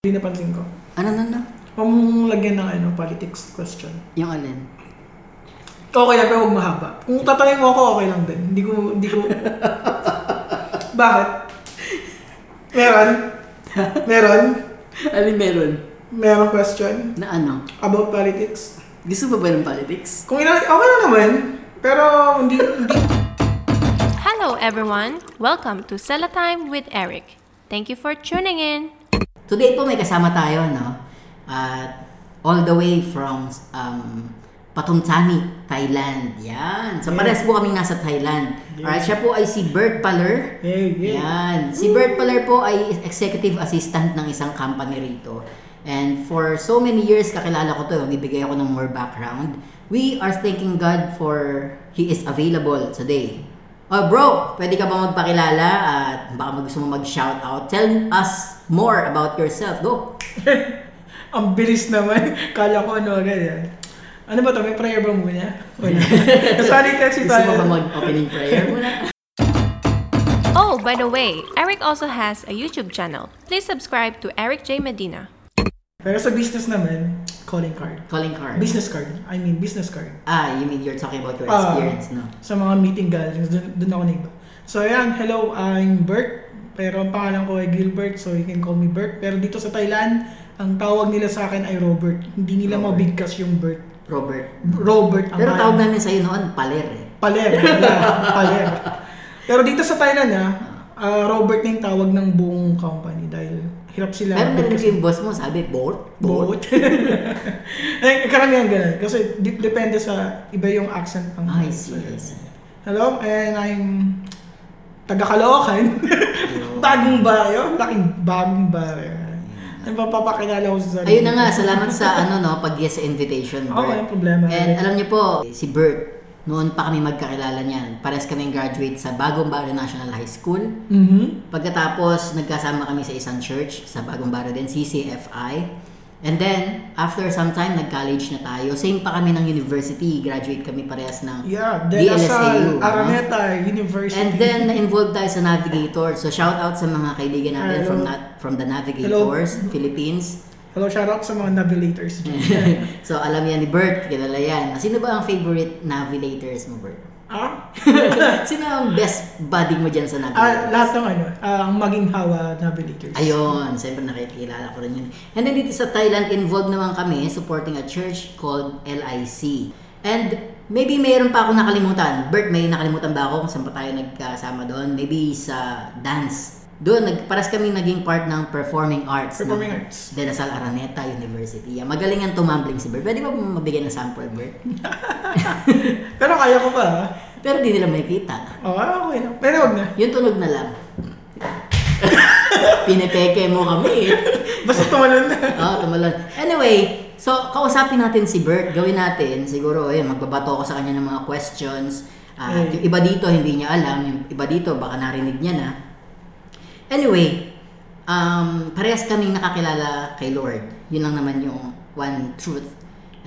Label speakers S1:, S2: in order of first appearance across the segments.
S1: Hindi napansin ko.
S2: Ano, ano, ano?
S1: Huwag mong lagyan ng ano, politics question.
S2: Yung alin?
S1: Okay lang, pero huwag mahaba. Kung tatanungin mo ako, okay lang din. Hindi ko, hindi ko... Bakit? Meron? Meron?
S2: alin meron?
S1: Meron question
S2: Na ano?
S1: about politics?
S2: Gusto ba ba ng politics?
S1: Kung ina, okay lang naman. Pero hindi, hindi
S3: Hello, everyone. Welcome to Sella Time with Eric. Thank you for tuning in.
S2: Today po may kasama tayo, no? At all the way from um, Patomtani, Thailand. Yan. So, parehas po kaming nasa Thailand. Alright, siya po ay si Bert Paler.
S1: Hey, yeah.
S2: Yan. Si Bert Paler po ay executive assistant ng isang company rito. And for so many years, kakilala ko to. Ibigay ako ng more background. We are thanking God for He is available today. Oh bro, pwede ka ba magpakilala at baka mag- gusto mo mag-shout out? Tell us more about yourself. Go!
S1: Ang bilis naman. Kala ko ano agad yan. Ano ba to? May prayer ba muna? Wala. Sorry, text
S2: Gusto mo ba
S1: tayo.
S2: mag-opening prayer muna?
S3: Oh, by the way, Eric also has a YouTube channel. Please subscribe to Eric J. Medina.
S1: Pero sa business naman, calling card.
S2: Calling card.
S1: Business card. I mean, business card.
S2: Ah, you mean you're talking about your
S1: Ah.
S2: experience, no?
S1: Sa mga meeting gatherings, dun, dun ako naiba. So, ayan. Hello, I'm Bert. Pero ang pangalan ko ay Gilbert, so you can call me Bert. Pero dito sa Thailand, ang tawag nila sa akin ay Robert. Hindi nila
S2: Robert.
S1: mabigkas yung Bert.
S2: Robert.
S1: Robert ang
S2: Pero
S1: pangalan.
S2: tawag namin sa'yo noon, Paler eh.
S1: Paler. Yeah, paler. Pero dito sa Thailand ah, ah, Robert na yung tawag ng buong company dahil hirap sila.
S2: Pero narinig ko yung boss mo, sabi, boat, boat.
S1: boat. eh, karamihan ganun. Kasi di- depende sa iba yung accent ng
S2: I see, I see.
S1: Hello, and I'm taga Caloocan. bagong baryo. Laking bagong baryo. Ang papapakilala ko sa sarili.
S2: Ayun na nga, salamat sa ano no, pag yes sa invitation.
S1: Oo,
S2: Bert.
S1: Ah, walang problema.
S2: And alam niyo po, si Bert, noon pa kami magkakilala niyan. Pares kaming graduate sa Bagong Barrio National High School.
S1: Mhm.
S2: Pagkatapos, nagkasama kami sa isang church sa Bagong Barrio din, CCFI. And then, after some time, nag-college na tayo. Same pa kami ng university. Graduate kami parehas ng
S1: Yeah, De La
S2: DLSAU,
S1: Salle,
S2: ano?
S1: Araneta University.
S2: And then, na-involved tayo sa Navigator. So, shout out sa mga kaibigan natin from,
S1: Hello.
S2: na- from the Navigators, Philippines.
S1: Hello, shoutout sa mga navilators.
S2: Mm. so, alam yan ni Bert, kilala yan. Sino ba ang favorite Navigators mo, Bert?
S1: ah?
S2: Sino ang best buddy mo dyan
S1: ah,
S2: sa Navigators?
S1: lahat ng ano, ah, ang maging hawa navilators.
S2: Ayun, siyempre nakikilala ko rin yun. And then dito sa Thailand, involved naman kami supporting a church called LIC. And maybe mayroon pa ako nakalimutan. Bert, may nakalimutan ba ako kung saan pa tayo nagkasama doon? Maybe sa dance. Doon, nag, paras kami naging part ng performing arts.
S1: Performing
S2: ng
S1: arts.
S2: De La Salle Araneta University. Yeah, magaling ang tumambling si Bert. Pwede ba mabigyan ng sample, Bert?
S1: Pero kaya ko pa. ah.
S2: Pero di nila makikita.
S1: Oo, oh, okay na. Pero huwag na.
S2: Yung tunog na lang. Pinepeke mo kami eh.
S1: Basta tumalon na.
S2: Oo, tumalon. Anyway, so kausapin natin si Bert. Gawin natin, siguro, eh, magbabato ako sa kanya ng mga questions. Ah,
S1: Mm.
S2: at Yung iba dito, hindi niya alam. Yung iba dito, baka narinig niya na. Anyway, um, parehas kaming nakakilala kay Lord. Yun lang naman yung one truth.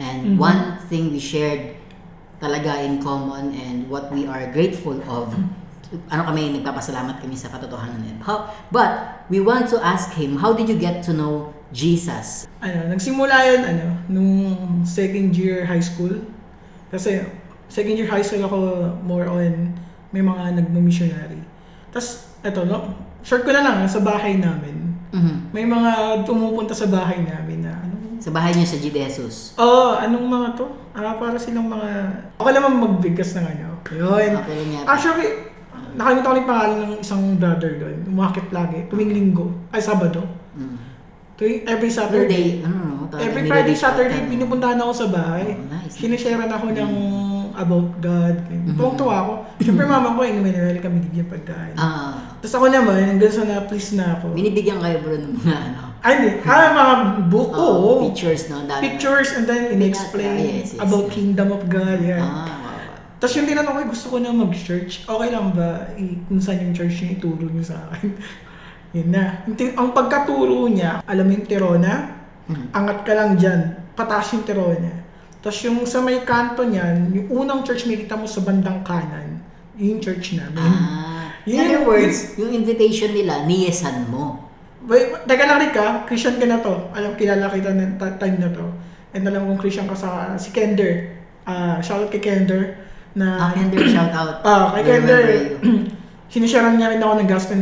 S2: And
S1: Mhm.
S2: one thing we shared talaga in common and what we are grateful of.
S1: Mm-hmm.
S2: Ano kami, nagpapasalamat kami sa katotohanan na yun. How, but we want to ask him, how did you get to know Jesus?
S1: Ano, nagsimula yun, ano, nung second year high school. Kasi second year high school ako more on may mga nagmo-missionary. Tapos, eto, no, short ko na lang, ah, sa bahay namin.
S2: Mhm.
S1: May mga tumupunta sa bahay namin na, ano,
S2: Sa bahay niya sa G. de Jesus.
S1: Oo, anong mga to? Ah, para silang mga... Okay naman magbigkas ng ano. Yun.
S2: Okay lang yata.
S1: Actually, nakalimutan ko lang yung pangalan ng isang brother doon. Umakit lagi. Tuwing linggo. Ay, Sabado.
S2: Mm.
S1: Tuwing every
S2: Every
S1: Saturday.
S2: day, ano, no? talagang
S1: Every Friday,
S2: nire-reach out
S1: Saturday,
S2: kami.
S1: pinupuntahan ako sa bahay.
S2: Oh, nice. Mm-hmm.
S1: Sinishare ako ng about God. Tuwang-tuwa ako. Siyempre, mama ko, inumanuel kami bigyan pagkain.
S2: Ah,
S1: Tapos ako naman, hanggang sa na-please na ako.
S2: binibigyan kayo bro ng mga ano.
S1: Ay, hindi. Ah, mga book.
S2: ah,
S1: Oo.
S2: Pictures, no? Ang Dami
S1: pictures and then in-explain
S2: Ah, Yes, yes.
S1: about kingdom of God. Yeah.
S2: Ah, wow, wow.
S1: Tapos yung tinanong ko, gusto ko na mag-church. Okay lang ba i- kung saan yung church niya ituro niyo sa akin? Yun na. Yung tin- Ang pagkaturo niya, alam mo yung Tirona?
S2: Mm-hmm.
S1: Angat ka lang dyan. Pataas yung Tirona. Tapos yung sa may kanto niyan, yung unang church makita mo sa bandang kanan, yung church namin.
S2: Ah. In
S1: Yun-
S2: other words, yung invitation nila, niyesan mo.
S1: Wait, teka lang Rick ha, Christian ka na to. Alam, kilala kita ng ta- time na to. And alam kong Christian ka sa si Kender. Ah, shoutout kay Kender. Na,
S2: Ah, Kender, shout out.
S1: ah, kay
S2: We remember
S1: Kender.
S2: you.
S1: Sinisharan niya rin ako ng gospel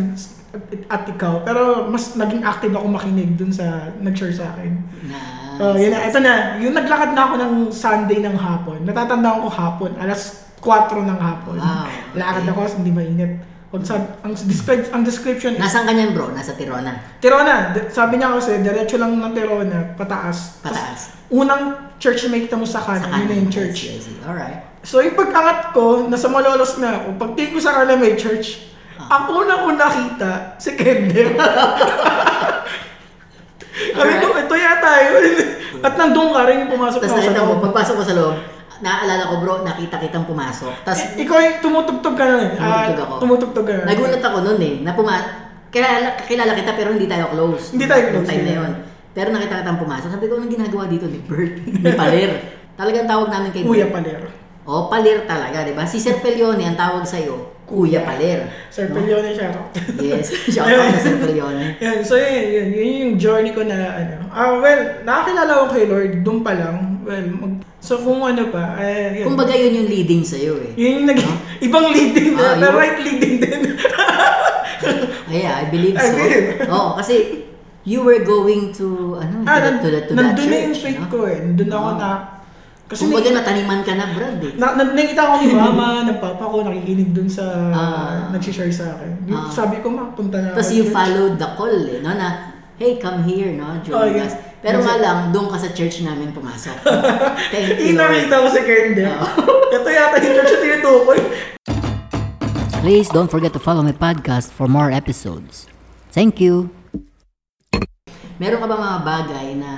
S1: at ikaw. Pero mas naging active ako makinig dun sa nag-share sa akin.
S2: Nice.
S1: Oh, yun na. Ito na. Yung naglakad na ako ng Sunday ng hapon. Natatandaan ko hapon. Alas 4 ng hapon.
S2: Wow, okay.
S1: Lakad ako, hindi mainit. Kung sa, ang, describe, ang description is,
S2: Nasaan ka niyan bro? Nasa Tirona.
S1: Tirona, d- sabi niya kasi, diretso lang ng Tirona, pataas. Tas
S2: Pataas.
S1: unang church na makita mo sa
S2: Sa
S1: kanan, yun na
S2: kanan.
S1: yung church.
S2: I see, I see. Alright.
S1: So yung pagkangat ko, nasa malolos na ako. Pagtingin ko sa kanan may church,
S2: Ah.
S1: ang unang-una kita, si Kendall. Sabi ko, ito yata yun. At nandun ka rin yung pumasok
S2: Tapos
S1: na ako sa
S2: nakita ko,
S1: loob.
S2: pagpasok ko sa loob, naaalala ko bro, nakita kitang pumasok. Tapos
S1: I- Ikaw yung tumutugtog ka nun. Ah,
S2: Tumutugtog ako.
S1: Tumutugtog ka nun.
S2: Nagulat ako noon eh, na puma... Kilala, kakilala kita pero hindi tayo close.
S1: Hindi tayo close,
S2: Nung time na
S1: yeah.
S2: yun. Pero nakita kitang pumasok. Sabi ko, anong ginagawa dito ni Bert? ni Paler. Talagang tawag namin kay
S1: Kuya
S2: Bert.
S1: Palero.
S2: O, Paler talaga, di ba? Si Sir Pelione, ang tawag sa'yo, Kuya Paler.
S1: Sir
S2: No?
S1: Pelion yung shout out.
S2: Yes, shout out na Sir Pelione.
S1: Yan, so yun, yun, yun yung journey ko na ano. Ah, well, nakakilala ko kay Lord, doon pa lang. Well, mag- so kung ano pa, eh, yun.
S2: Kumbaga yun yung leading sa'yo eh.
S1: Yun yung nag- ibang leading na,
S2: Ah,
S1: na
S2: yun.
S1: right leading din.
S2: Ay, I believe
S1: I
S2: so.
S1: believe.
S2: Oo, kasi you were going to, ano,
S1: ah,
S2: to,
S1: nan-
S2: to, to, to that
S1: nandun na yung
S2: church.
S1: faith
S2: no?
S1: ko eh. Nandun ako
S2: Oh.
S1: na, kasi
S2: Kumbaga
S1: may,
S2: nataniman ka na, Brad eh.
S1: na, na, nakita ko ni mama, ng papa ko, nakikinig doon sa,
S2: Ah.
S1: nagsishare sa akin. Yung
S2: Ah.
S1: Sabi ko, ma, punta na
S2: Tapos
S1: ako
S2: you
S1: church."
S2: followed the call eh, no? Na, hey, come here,
S1: Oh,
S2: no? Join
S1: yeah.
S2: us.
S1: Yes.
S2: Pero nga lang, doon ka sa church namin pumasok. Thank you, Ah. Lord.
S1: Inarita ko si Kendall. Ito yata yung church na tinutukoy.
S2: Please don't forget to follow my podcast for more episodes. Thank you! Meron ka ba mga bagay na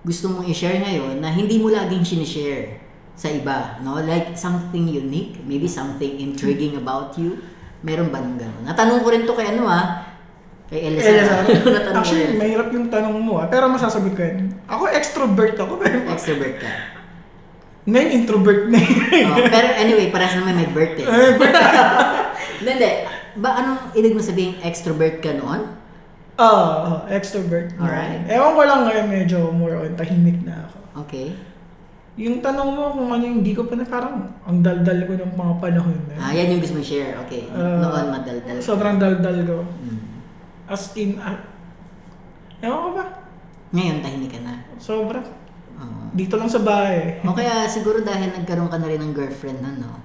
S2: gusto mong i-share ngayon na hindi mo laging sinishare sa iba, no? Like something unique, maybe something intriguing about you. Meron ba nung gano'n? Natanong ko rin to kay ano ah, kay Elisa. ah. Natanong ko
S1: Actually,
S2: rin.
S1: mahirap yung tanong mo. ah, Pero masasagot ko yan. Ako extrovert ako. Pero
S2: Extrovert ka.
S1: ngayon introvert na yun.
S2: Oh, pero anyway, parehas naman may birthday. Hindi, hindi. Ba, anong ibig mo sabihin extrovert ka noon?
S1: Oo, oo, extrovert. na.
S2: Alright.
S1: Ewan ko lang ngayon medyo more on tahimik na ako.
S2: Okay.
S1: Yung tanong mo kung ano yung hindi ko pa na parang ang daldal ko ng mga panahon na yun.
S2: Ah, yan yung gusto mo share. Okay.
S1: Ah,
S2: noon, madaldal.
S1: Sobrang daldal ko. As in, ah, ewan ko ba?
S2: Ngayon, tahimik ka na.
S1: Sobra.
S2: Oo.
S1: Dito lang sa bahay.
S2: o kaya siguro dahil nagkaroon ka na rin ng girlfriend nun, no?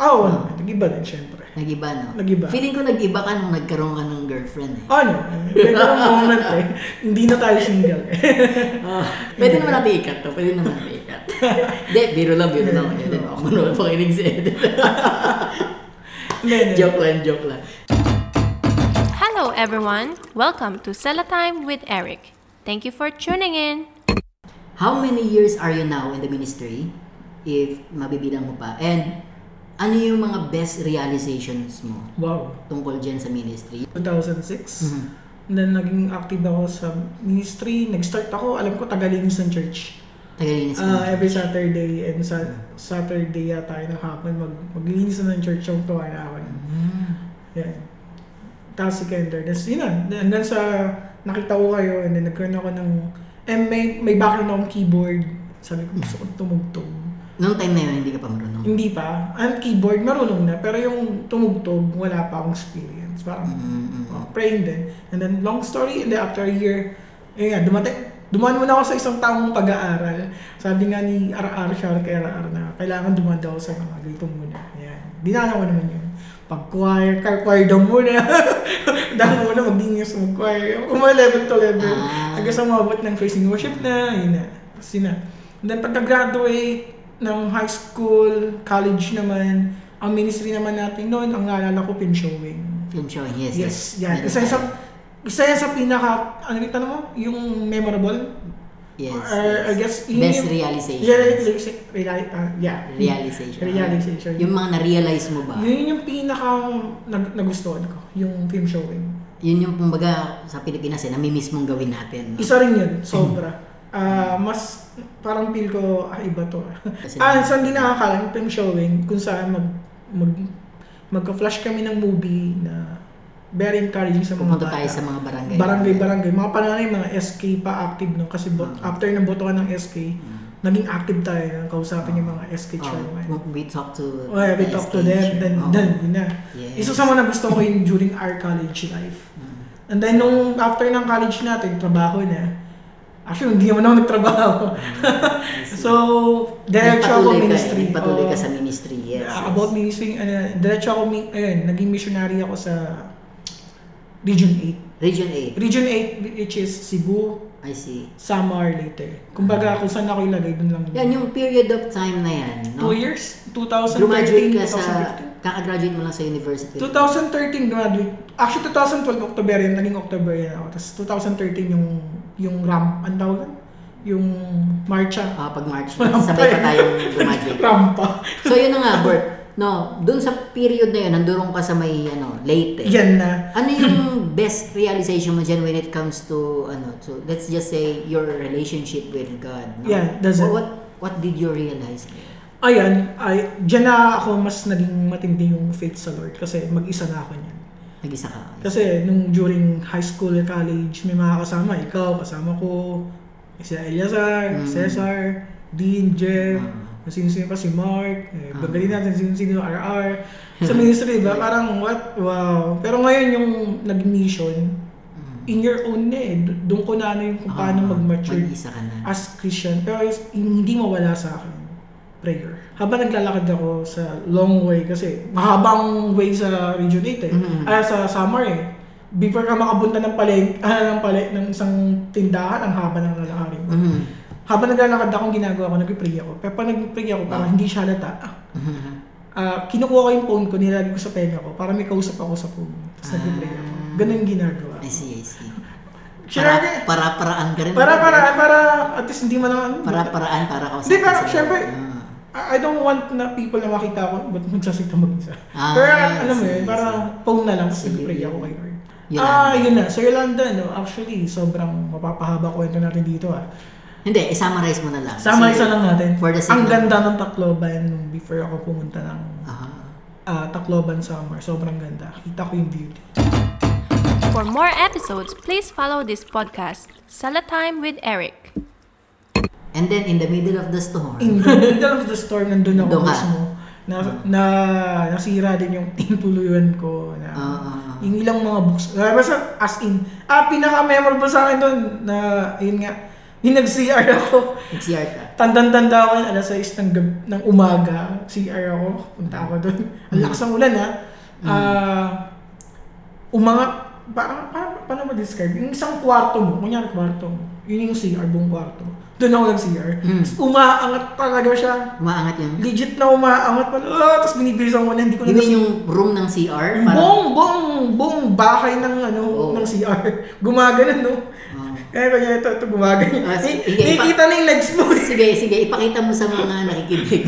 S1: Ah, Oo, oh, nag-iba din syempre.
S2: Nag-iba, no?
S1: Nag-iba.
S2: Feeling ko nag-iba ka nung nagkaroon ka ng girlfriend, eh.
S1: Ano? Ganyan ang moment eh. Hindi na tayo single eh.
S2: Pwede naman natin ikat to. Pwede naman natin ikat. Hindi, biro lang, biro lang. Hindi, ako naman pakinig si Ed.
S1: Hindi, hindi.
S2: joke lang, joke lang.
S3: Hello, everyone. Welcome to Sella Time with Eric. Thank you for tuning in.
S2: How many years are you now in the ministry? If mabibilang mo pa. And ano yung mga best realizations mo
S1: Wow.
S2: tungkol dyan sa ministry?
S1: 2006. Then naging active ako sa ministry. Nag-start ako, alam ko, Tagalinis ng church.
S2: Tagalinis ka
S1: Ah,
S2: na.
S1: every Saturday and sa Saturday yata tayo ng hapon mag maglinis na ng church yung tuwa na ako. hmm. Yan. Tapos si Kendra. Tapos yun na. Hanggang sa nakita ko kayo and then nagkaroon ako ng and may, may background akong keyboard. Sabi ko gusto kong tumugtog.
S2: Noong time na yun, hindi ka pa marunong.
S1: Hindi pa. Ang keyboard, marunong na. Pero yung tumugtog, wala pa akong experience. Parang oh, praying din. And then, long story, and then after a year, ayun nga, dumating, dumaan muna ako sa isang taong pag-aaral. Sabi nga ni RR, Charles kay RR na, kailangan dumaan daw sa mga ganito muna. Ayan. Dinala ko naman yun. Pag-choir, car-choir daw muna. Dahil mo na mag-dinis mag-choir. Kung mga level to level.
S2: Ah.
S1: Hanggang sa umabot ng praising worship na, yun na. Tapos yun na. And then pagka-graduate ng high school, college naman, ang ministry naman natin noon, ang naalala ko, pinshowing.
S2: Film showing, yes.
S1: Yes, yan.
S2: Meron
S1: Isa yan sa,
S2: tayo.
S1: isa yan sa pinaka, ano yung tanong mo? Yung memorable?
S2: Yes.
S1: Or, uh, I guess, yun
S2: Best
S1: yung-
S2: realization.
S1: Yeah, realization. reali- ah, yeah.
S2: Realization.
S1: Realization.
S2: Yung mga na-realize mo ba?
S1: Yun yung pinaka nag, nagustuhan ko, yung film showing.
S2: Yun yung kumbaga sa Pilipinas eh, namimiss mong gawin natin. no?
S1: Isa rin yun,
S2: Hmm.
S1: sobra. Ah, mas parang feel ko, ah, iba to. ah.
S2: Kasi-
S1: ah, saan din nakakala yung film showing, kung saan mag, mag, magka-flash kami ng movie na very encouraging sa mga
S2: Pupunta
S1: bata.
S2: tayo sa mga barangay. Oh,
S1: Barangay-barangay. Mga pananay, mga SK pa active nun. Kasi bo-
S2: Ah.
S1: after ng botohan ng SK,
S2: Mm.
S1: naging active tayo. Nang kausapin yung mga SK chairman.
S2: Oh, we talk to
S1: Oh, yeah, we
S2: the
S1: talk to
S2: SK
S1: them.
S2: chair.
S1: Then,
S2: Oh.
S1: then, yun na.
S2: Yes.
S1: Isa sa mga nagustuhan ko yun during our college life. And then, nung after ng college natin, trabaho na. Actually, hindi naman ako nagtrabaho. so, diretso ako
S2: Mm. Nagpatuloy ka eh,
S1: ministry.
S2: Nagpatuloy ka
S1: Oo.
S2: sa ministry, yes. yes.
S1: Ah, about ministry, ano, diretso ako, mi- ayun, naging missionary ako sa Region
S2: Region
S1: 8. Region 8, which is Cebu,
S2: 8. I see.
S1: Samar later. Kumbaga, kung saan ako ilagay, dun lang.
S2: Yan, yung period of time na yan, no?
S1: Two years?
S2: Graduate
S1: 2013,
S2: ka sa,
S1: 2015.
S2: kakagraduate mo lang sa university.
S1: 2013 graduate. Actually, 2012 October yun. Naging October yun ako. Tapos 2013 yung yung ramp. Ang tawag nun? Yung marcha.
S2: Ah, pag March, sabay pa tayong graduate.
S1: Rampa.
S2: So yun na nga, Bert. No, dun sa period na yun, nandurong ka sa may ano, late.
S1: Yan na.
S2: Ano yung best realization mo dyan when it comes to, ano, to, let's just say, your relationship with God? No?
S1: Yeah, that's
S2: what,
S1: it.
S2: what, what did you realize?
S1: Ayan. Ay, dyan na ako mas naging matindi yung faith sa Lord. Kasi mag-isa na ako niyan.
S2: Nag-isa ka.
S1: Kasi nung during high school, college, may mga kasama. Ikaw, kasama ko. Eh, Si Eliazar, Cesar, Dean, Jeff, kung sino-sino pa si Mark. Eh, bagalin natin sino-sino RR. Sa ministry ba? Parang what? Wow. Pero ngayon yung nag-mission,
S2: Mm.
S1: in your own na eh. Do- Doon ko na ano yung kung paano
S2: Ah,
S1: mag-mature
S2: Mag-isa ka na.
S1: as Christian. Pero is- hindi mawala sa akin prayer. Habang naglalakad ako sa long way kasi mahabang way sa Region 8 eh.
S2: Mhm.
S1: Ah, sa summer eh. Before ka makabunta ng palay, ah, ng palay, ng isang tindahan, ang haba ng lalakarin mo.
S2: Mhm.
S1: Habang naglalakad ako, ang ginagawa ko, nag-pray ako. Pero pag nag-pray ako, parang hindi siya halata. Ah,
S2: Mhm.
S1: ah, kinukuha ko yung phone ko, nilalagay ko sa tenga ko para may kausap ako sa phone. Tapos nag-pray ako. Ganun yung ginagawa.
S2: I see, I see.
S1: Sinagi,
S2: Para, para, paraan ka rin.
S1: para, para, para, at least hindi man ako,
S2: Para, paraan, para ka Ah.
S1: Hindi, pero syempre, I I don't want na people na makita ako, ba't magsasita mag-isa?
S2: Ah,
S1: Pero alam mo
S2: sige,
S1: yun, parang phone na lang, tapos
S2: Sige,
S1: nag-pray ako
S2: yun.
S1: kay Lord.
S2: Yolanda.
S1: Ah, yun na. So Yolanda, no, actually, sobrang mapapahaba kwento natin dito ah.
S2: Hindi, i-summarize mo na lang.
S1: Sama
S2: Kasi-
S1: isa lang natin.
S2: for the sake
S1: Ang
S2: of-
S1: ganda ng Tacloban nung before ako pumunta ng
S2: Aha.
S1: ah, Tacloban summer. Sobrang ganda. Kita ko yung beauty.
S3: For more episodes, please follow this podcast, Sala Time with Eric.
S2: And then, in the middle of the storm,
S1: In the middle of the storm, nandun ako
S2: Doon ka. Ah.
S1: mismo. Na, na, nasira din yung tinutuluyan ko. Na,
S2: Ah, ah, ah.
S1: yung ilang mga books. Uh, basta as in, ah, pinaka-memorable sa akin doon na, yun nga, yung nag-CR ako.
S2: nag-CR ka.
S1: Tandan-tanda ako yun, alas 6 ng, gab- ng umaga, CR ako, punta ako doon.
S2: Hmm.
S1: Ang lakas ng ulan, ha? Ah, umangat, parang, parang, paano ma-describe? Yung isang kwarto mo, kunyari kwarto mo, yun yung CR, buong kwarto. Doon ako nag-CR.
S2: Mm.
S1: Tapos Umaangat talaga siya.
S2: Umaangat yun.
S1: Legit na umaangat pala. Ah, tapos binibilisan ko na, hindi ko na
S2: You mean yung room ng CR? Parang, Oh.
S1: Buong, buong, buong bakay ng ano,
S2: Oo.
S1: ng CR. Gumagano, no?
S2: Oo.
S1: Kaya ko niya ito, ito gumagano.
S2: Ah,
S1: Ni-
S2: sige, ipa-
S1: Eh, Nakikita na yung legs mo.
S2: Sige, sige, ipakita mo sa mga nakikinig.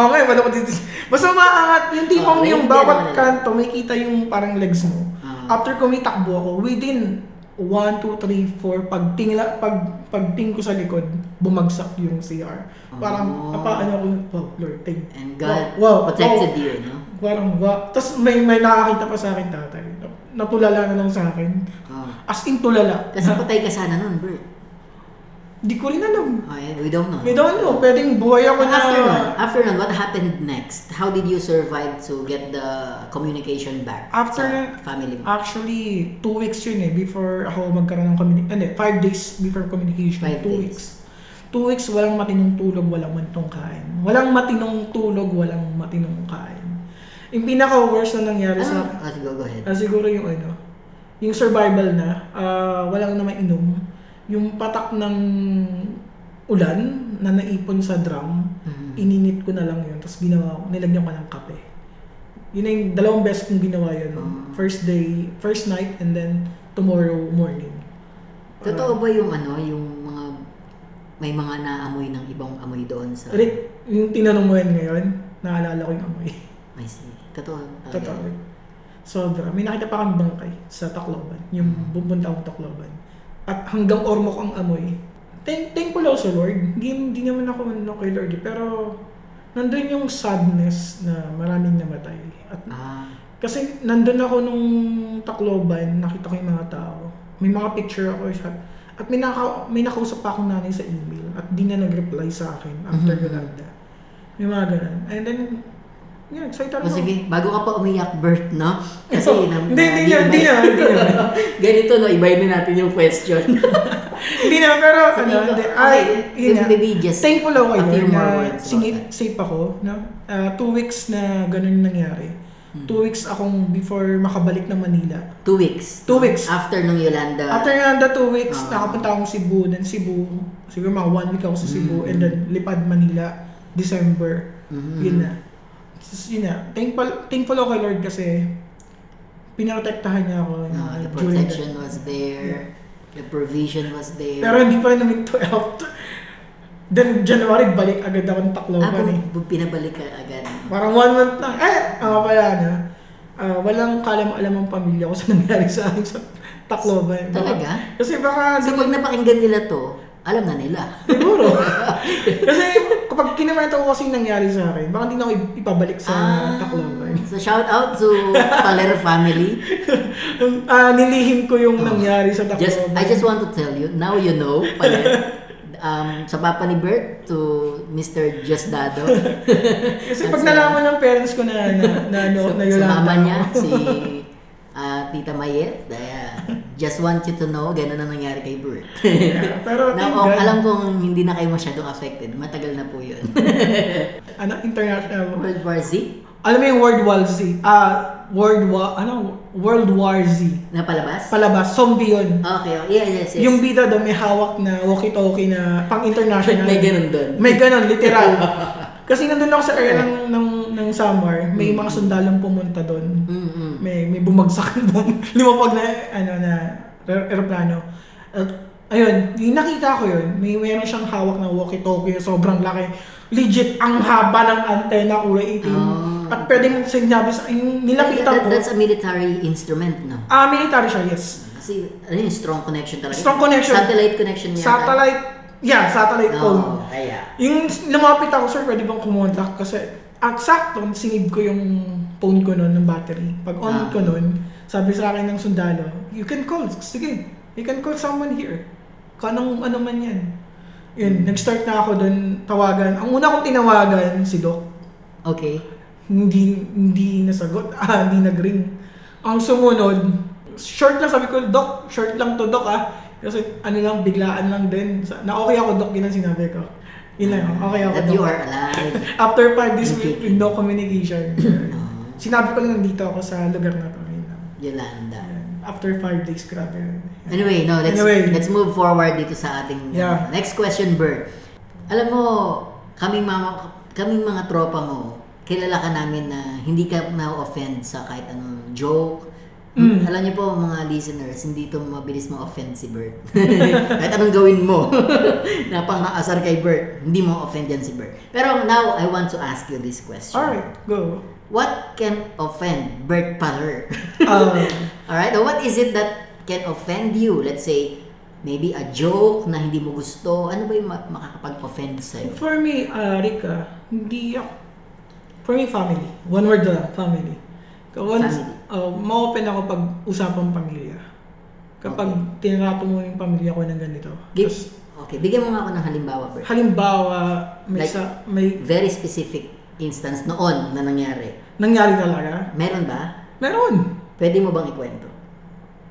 S1: okay, eh, wala ko dito. Basta maangat, yung tipong
S2: Oo,
S1: yung
S2: Ah, hindi,
S1: bawat
S2: ano,
S1: kanto, makikita yung parang legs mo.
S2: Ah.
S1: After ko may takbo ako, within 1, 2, 3, 4, pag tingla, pag, pagting ko sa likod, bumagsak yung CR. Parang,
S2: Oh.
S1: napaano ko, wow, Lord, thank you.
S2: And
S1: Wow,
S2: God
S1: wow,
S2: protected you, no?
S1: Parang, wow. Tapos may, may nakakita pa sa akin, tatay. Natulala na lang sa akin.
S2: Oh.
S1: As in tulala.
S2: Kasi patay ka sana nun, bro.
S1: Hindi ko rin alam.
S2: Oh, yeah, we don't know.
S1: I don't know. Pwedeng buhay ako na...
S2: After nun, after nun, what happened next? How did you survive to get the communication back
S1: After
S2: sa
S1: nun-
S2: family mo?
S1: Actually, two weeks yun eh before ako magkaroon ng communication. Ano, eh, five days before communication.
S2: Five
S1: two
S2: days.
S1: weeks. Two weeks, walang matinong tulog, walang matinong kain. Walang matinong tulog, walang matinong kain. Yung pinaka-worst na nangyari sa...
S2: Ano? Ah, go, go ahead.
S1: Ah, siguro yung ano, yung survival na, ah, walang na mainom, yung patak ng ulan na naipon sa drum, ininit ko na lang yun, tapos ginawa ko, nilagyan ko ng kape. Yun na yung dalawang beses kong ginawa yun. First day, first night, and then tomorrow morning.
S2: Totoo ba yung ano, yung mga may mga naamoy ng ibang amoy doon sa
S1: Rick, yung tinanong mo yun ngayon, naalala ko yung amoy.
S2: I see. Totoo. talaga.
S1: Totoo. Sobra. May nakita pa kang bangkay sa Tacloban. Yung bumunta akong Tacloban. At hanggang ormo ko ang amoy. Thank, thankful ako sa Lord. Hindi, hindi naman ako ano kay Lord. eh, Pero nandun yung sadness na maraming namatay. At
S2: Ah,
S1: Kasi nandun ako nung Tacloban, nakita ko yung mga tao. May mga picture ako sa at may, naka, may nakausap pa akong nanay sa email at di na nag-reply sa akin after Yolanda. May mga ganun. And then, yeah, excited
S2: O
S1: ako.
S2: sige, bago ka pa umiyak, Bert, no? Kasi,
S1: Hindi,
S2: nam-
S1: hindi, hindi,
S2: iba-
S1: hindi naman, hindi naman.
S2: Ganito, no? Ibayin na natin yung question.
S1: Hindi na, pero ano,
S2: Sabihin ko,
S1: hindi.
S2: okay,
S1: Ay,
S2: then
S1: yun nga.
S2: maybe just
S1: Thankful ako
S2: a few
S1: yun
S2: more
S1: na
S2: words about
S1: sige,
S2: that.
S1: safe ako. No? Ah, two weeks na ganun nangyari.
S2: Hmm.
S1: Two weeks akong before makabalik ng Manila.
S2: Two weeks.
S1: Two weeks.
S2: After nung Yolanda.
S1: After nga the two weeks,
S2: Ah.
S1: nakapunta akong Cebu. Then Cebu, siguro mga one week ako sa Cebu. And
S2: Hmm.
S1: then Lipad, Manila, December.
S2: Mm-hmm.
S1: Yun na. Tapos yun na. Thankful, thankful ako kay Lord kasi pinotektahan niya ako. yun,
S2: Ah, the
S1: during that
S2: protection was there. The provision was there.
S1: Pero hindi pa rin namin to help. Then January, balik agad ako ng
S2: ah,
S1: Tacloban eh.
S2: bu- bu- pinabalik ka agad.
S1: Parang one month na. Eh, ako pala na. ah, walang kalam-alam ang pamilya ko sa nangyari sa akin sa Tacloban. Baka-
S2: Talaga?
S1: Kasi baka,
S2: So, pag napakinggan nila to, alam na nila.
S1: siguro. kasi kapag kinamata ko kasi yung nangyari sa akin, baka hindi na ako ip- ipabalik sa
S2: Ah.
S1: Tacloban.
S2: So, shout out to Paler family.
S1: Ah, nilihim ko yung nangyari sa Tacloban.
S2: Oh. Just, I just want to tell you, now you know, Paler. Um, sa papa ni Bert to Mr. Justado.
S1: kasi pag nalaman ng parents ko na, na, na, ano, na
S2: sa
S1: Yolanda
S2: mama
S1: ako.
S2: niya, si ah, Tita Mayet. Kaya, just want you to know, ganun ang nangyari kay Bert.
S1: Yeah, pero
S2: Now,
S1: thank
S2: oh,
S1: God.
S2: alam kong hindi na kayo masyadong affected. Matagal na po yun.
S1: ano, international.
S2: World War Z,
S1: Alam mo yung World War Z? Ah, World War, ano? World War Z.
S2: napalabas?
S1: Palabas, zombie yun.
S2: okay, oh, yeah, yes, yes.
S1: Yung bida doon may hawak na walkie-talkie na pang-international.
S2: May ganun Eh. doon.
S1: May ganun, literal. Kasi nandun ako sa area ng, ng, ng Samar,
S2: Mm.
S1: may mga sundalong pumunta doon.
S2: Mm-mm.
S1: May, may bumagsak doon. Lumapag na, ano, na er- aeroplano. At, ayun, yung nakita ko yun, may meron siyang hawak na walkie-talkie, sobrang laki. Legit, ang haba ng antena, kulay itim.
S2: Oh.
S1: At pwedeng sinabi sa, yung nilapitan
S2: That-
S1: ko,
S2: that's a military instrument, no?
S1: ah, military siya, yes.
S2: Kasi, ano yung strong connection talaga?
S1: Strong connection.
S2: Satellite connection niya.
S1: Satellite, yeah, satellite phone.
S2: Oh, kaya.
S1: Yung lumapit ako, sir, pwede bang kumontak? Kasi, at sakto, sinib ko yung phone ko noon ng battery. Pag on
S2: Ah.
S1: ko noon, sabi sa akin ng sundalo, you can call. Sige, you can call someone here. Kanong ano man yan.
S2: Hmm.
S1: Yun, nag-start na ako doon tawagan. Ang una kong tinawagan, si Doc.
S2: Okay.
S1: Hindi, hindi nasagot. Ah, hindi nag-ring. Ang sumunod, short lang sabi ko, Doc, short lang to, Doc ah. Kasi ano lang, biglaan lang din. Sa- Na okay ako, Doc, yun ang sinabi ko. Yun lang, okay ako,
S2: That
S1: Doc.
S2: you are alive.
S1: After five days
S2: Okay.
S1: with, with no communication,
S2: Oh,
S1: sinabi ko lang nandito ako sa lugar na to. Yun lang.
S2: Yolanda.
S1: Ayan. After five days, grabe. yun.
S2: Anyway, no, let's
S1: Anyway.
S2: let's move forward dito sa ating ano,
S1: Yeah.
S2: next question, Bert. Alam mo, kaming mama, kaming mga tropa mo, kilala ka namin na hindi ka na-offend sa kahit anong joke.
S1: Mm.
S2: Alam niyo po mga listeners, hindi to mabilis ma-offend si Bert. kahit anong gawin mo, napang-aasar kay Bert, hindi mo offend yan si Bert. Pero now, I want to ask you this question.
S1: Alright, go.
S2: What can offend Bert Paler?
S1: Um,
S2: Alright, so what is it that can offend you? Let's say, maybe a joke na hindi mo gusto. Ano ba yung ma- makakapag-offend sa'yo?
S1: for me, ah, Rick, ah, hindi ako, for me, family. One word lang, family. Once,
S2: Family.
S1: ah, ma-open ako pag usapang pamilya. Kapag tinrato mo yung pamilya ko ng ganito.
S2: Give,
S1: Tapos,
S2: okay, bigyan mo nga ako ng halimbawa, Bert.
S1: halimbawa, may,
S2: Like-
S1: sa, may
S2: Very specific instance noon na nangyari.
S1: nangyari talaga.
S2: Meron ba?
S1: Meron.
S2: Pwede mo bang ikwento?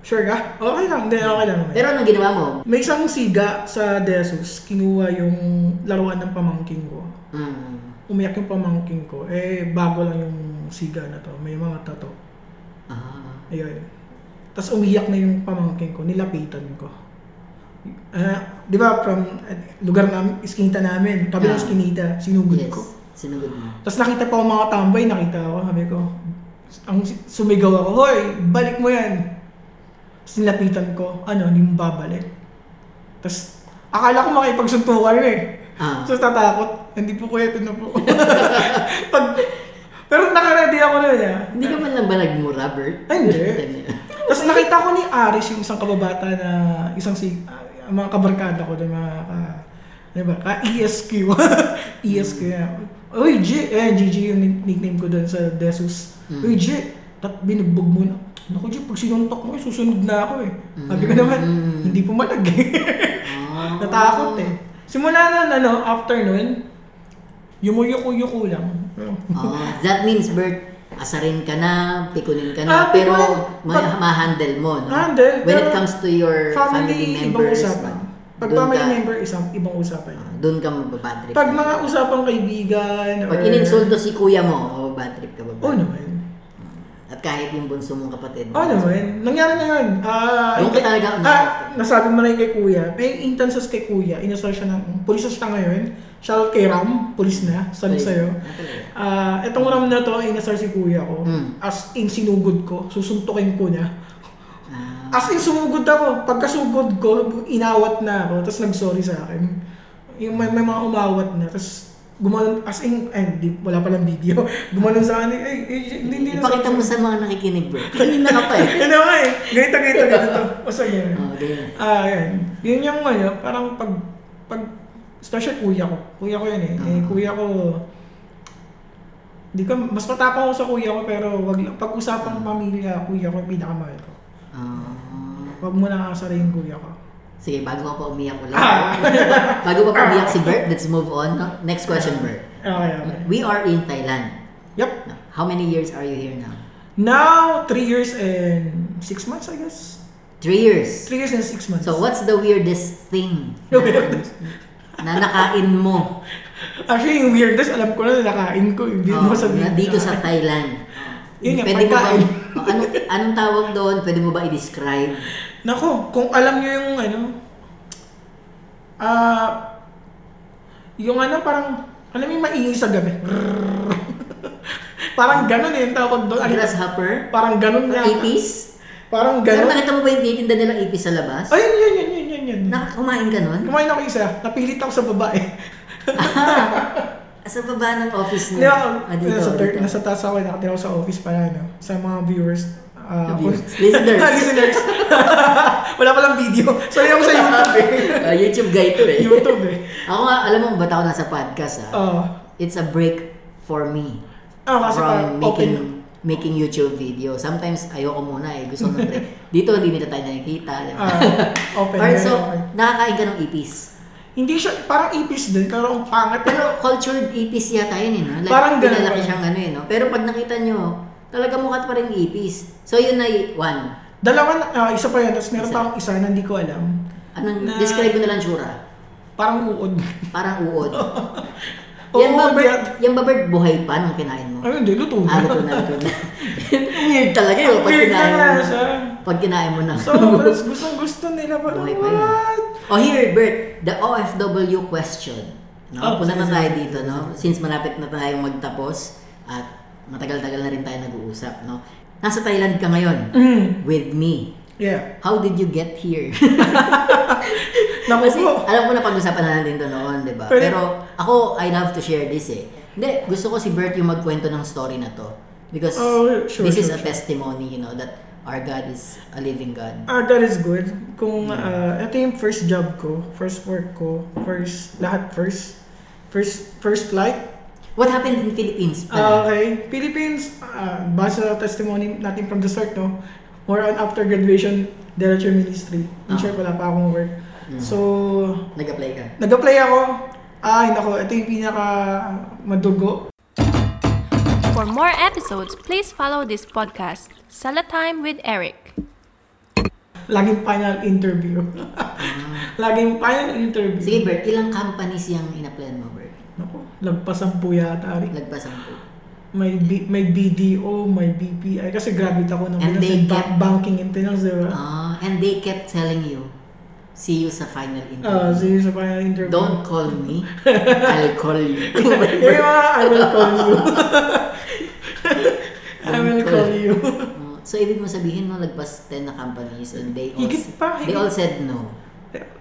S1: Sure ka? Okay lang. Hindi, okay lang. naman.
S2: Pero anong ginawa mo?
S1: May isang siga sa Desus, kinuha yung laruan ng pamangking ko.
S2: Mm,
S1: Umiyak yung pamangking ko. Eh, bago lang yung siga na to. May mga tato.
S2: ah,
S1: Ayun. Tapos umiyak na yung pamangking ko. Nilapitan ko. Ah, di ba from ah, lugar namin, iskinita namin, kabilang
S2: Ah.
S1: iskinita, sinugod
S2: yes.
S1: ko.
S2: Sinugod mo.
S1: Tapos nakita pa ako mga tambay, nakita ako, sabi ko, ang sumigaw ako, hoy, balik mo yan. Tapos nilapitan ko, ano, hindi mo babalik. Tapos, akala ko makipagsuntukan yun eh.
S2: Ah,
S1: So, tatakot, hindi po kuya, ito na po. Pag, pero nakaredy ako nun ah.
S2: hindi ka man lang ba nagmura, Bert?
S1: Ay, hindi. Tapos nakita ko ni Aris yung isang kababata na isang si, ah, mga kabarkada ko, yung mga, uh, ano ba, ka ESQ. E
S2: Mm. Mm.
S1: ESQ na. Uy, G, eh, GG yung nick- nickname ko doon sa Desus. Uy, G, Tat, binugbog mo na. Naku, Jeff, pag sinuntok mo, eh, susunod na ako eh. Sabi
S2: Mm.
S1: ko naman, hindi pumalag eh.
S2: Ah.
S1: Natakot eh. Simula na, ano, after nun, yumuyuko-yuko lang.
S2: Oh, that means, Bert, asarin ka na, pikunin ka na,
S1: Ah,
S2: pero
S1: pikunin.
S2: ma- ma-handle mo, no?
S1: Handle,
S2: When
S1: pero
S2: it comes to your family,
S1: Family, ibang
S2: members,
S1: usapan.
S2: no?
S1: Pag
S2: Doon
S1: family
S2: ka-
S1: member, isang ibang usapan.
S2: Doon ka mababatrip.
S1: Pag mga usapang kaibigan,
S2: Pag ininsulto si kuya mo, mababatrip ka ba?
S1: Oo naman.
S2: At kahit yung bunso mong kapatid.
S1: Oo naman. Nangyari na yun. Ah,
S2: Doon ka talaga ang
S1: ah, nasabi mo na yun kay kuya. May instances kay kuya. Inasal siya ng pulis na siya ngayon. Shout out kay Ram. Pulis na. Sabi
S2: Pulis.
S1: sa'yo.
S2: Ah, talaga?
S1: Ah, etong Ram na to, inasal si kuya ko.
S2: Hmm.
S1: As in sinugod ko. Susuntukin ko na.
S2: Ah,
S1: As in sumugod ako. Pagkasugod ko, inawat na ako. Tapos nag-sorry sa akin. Yung may, may mga umawat na. Tapos gumanon, as in, eh, di, wala palang video. Gumanon sa akin, eh, eh, hindi, hindi na
S2: ipakita mo sa mga nakikinig, bro. Kanina ka pa eh.
S1: Yun na nga eh. Ganito, ganito, ganito. O so, yun.
S2: Oh, ganyan.
S1: Ah, yan. Yun yung ano, parang pag, pag, especially kuya ko. Kuya ko yun eh.
S2: Ah.
S1: eh kuya ko, hindi ko, mas matapang ako sa kuya ko, pero wag lang, pag usapang pamilya, kuya ko, yung pinakamahal ko.
S2: Ah,
S1: Huwag mo na kasara yung kuya ko.
S2: sige, bago ako pa umiyak ulit.
S1: Ah.
S2: bago pa umiyak si Bert, let's move on. no? Next question, Bert.
S1: Okay, okay.
S2: We are in Thailand.
S1: Yup.
S2: How many years are you here now?
S1: Now, 3 years and 6 months, I guess.
S2: Three years.
S1: 3 years and 6 months.
S2: So what's the weirdest thing
S1: Yung weirdness.
S2: na nakain mo
S1: Actually, yung weirdness, alam ko na nakain ko. Hindi mo
S2: oh,
S1: sabihin.
S2: na dito sa Thailand?
S1: Yun nga,
S2: Pwede mo ba,
S1: pagkain.
S2: oh, anong, anong tawag doon? Pwede mo ba i-describe?
S1: Nako, kung alam nyo yung ano, ah, yung ano parang, alam mo yung maingay sa gabi. Rrrr. parang ganun eh, yung tawag doon. Ano,
S2: Grasshopper?
S1: parang ganun nga.
S2: Ipis?
S1: Parang
S2: Pero
S1: ganun.
S2: nakita mo ba yung tinitinda nilang ipis sa labas?
S1: Ayun, yun, yun, yun, yun, yun.
S2: Nakakain ka nun?
S1: Kumain ako isa, napilit ako sa eh. babae.
S2: Sa baba ng office
S1: Hindi
S2: niya.
S1: ako,
S2: Ah, dito,
S1: nasa, third,
S2: dito.
S1: nasa taas ako, eh, nakatira ako sa office pala, ano, sa mga viewers. ah, kung-
S2: Viewers. Listeners.
S1: Listeners. Wala palang video. Sorry ako sa YouTube eh.
S2: Ah, YouTube guy to eh.
S1: YouTube eh.
S2: Ako nga, alam mo kung ba't ako nasa podcast ah.
S1: Oo.
S2: It's a break for me.
S1: Ah, Oh. kasi parang
S2: from
S1: open.
S2: making making YouTube video. Sometimes ayoko muna eh. Gusto ko ng break. Dito hindi nila tayo nakikita. di ba?
S1: Ah, open.
S2: Alright, so
S1: Okay.
S2: nakakain ka ng ipis.
S1: Hindi siya, parang ipis din, pero ang pangat. Pero,
S2: Cultured ipis yata yun eh. No? Like,
S1: Parang ganun
S2: pinalaki
S1: pa.
S2: siyang ano eh. No? Pero pag nakita nyo, talaga mukha pa rin ipis. So yun ay one.
S1: dalawa na, ah, isa pa yun, tapos meron
S2: Isa.
S1: pa akong isa na hindi ko alam.
S2: Anong,
S1: Na-
S2: describe mo na lang tsura.
S1: Parang uod.
S2: Parang uod.
S1: Oo,
S2: yan,
S1: yan.
S2: ba, Bert, yan ba, Bert, buhay pa nung kinain mo?
S1: Ayun, hindi, luto
S2: Ah,
S1: na.
S2: luto na, luto na. Weird talaga yun. Pag
S1: Weird na
S2: kinain mo
S1: lang
S2: na.
S1: siya.
S2: Pag kinain mo na.
S1: So, mas gustong gusto nila pa.
S2: Buhay pa yun. Oh, here, Bert, the OFW question. No?
S1: Oh,
S2: Punta na
S1: sige,
S2: tayo dito, no? Since malapit na tayong magtapos at matagal-tagal na rin tayo nag-uusap, no? Nasa Thailand ka ngayon
S1: Mm,
S2: with me.
S1: yeah.
S2: How did you get here?
S1: Naku
S2: Kasi
S1: po.
S2: alam ko na pag-usapan na natin to noon, di ba?
S1: Pero-
S2: Pero ako, I love to share this eh. Hindi, gusto ko si Bert yung magkwento ng story na to. Because
S1: Oh, sure,
S2: this is
S1: sure,
S2: a testimony, you know, that our God is a living God.
S1: Ah, that is good. Kung, ah, ito yung first job ko, first work ko, first, lahat first. First, first flight,
S2: What happened in
S1: Ah,
S2: Philippines pala?
S1: okay. Philippines, ah, base sa testimony natin from the start, no? More on after graduation, diretso yung ministry. In
S2: Ah. Mm.
S1: short, wala pa akong work. So,
S2: Nag-apply ka?
S1: nag-apply ako. Ay, nako, ito yung pinaka madugo.
S3: For more episodes, please follow this podcast, Salatime with Eric.
S1: Laging final interview. Laging final interview.
S2: Ah. Sige, Bert, ilang companies yung in-applyan mo, Bert?
S1: Nako, lagpasan po yata. Ari.
S2: Lagpas ang po.
S1: May, B, may BDO, may BPI. Kasi graduate ako ng Pinas,
S2: And they
S1: eh, ba-
S2: kept-
S1: banking in Pinas, di ba?
S2: Ah, and they kept telling you, see you sa final
S1: Ah,
S2: interview.
S1: so yun sa final interview.
S2: Don't call me, I'll call you.
S1: Yung mga, I will call you. I will call you.
S2: Oh, so, ibig mo sabihin mo, lagpas 10 na companies and they all,
S1: Higit pa,
S2: they
S1: higit.
S2: all said no.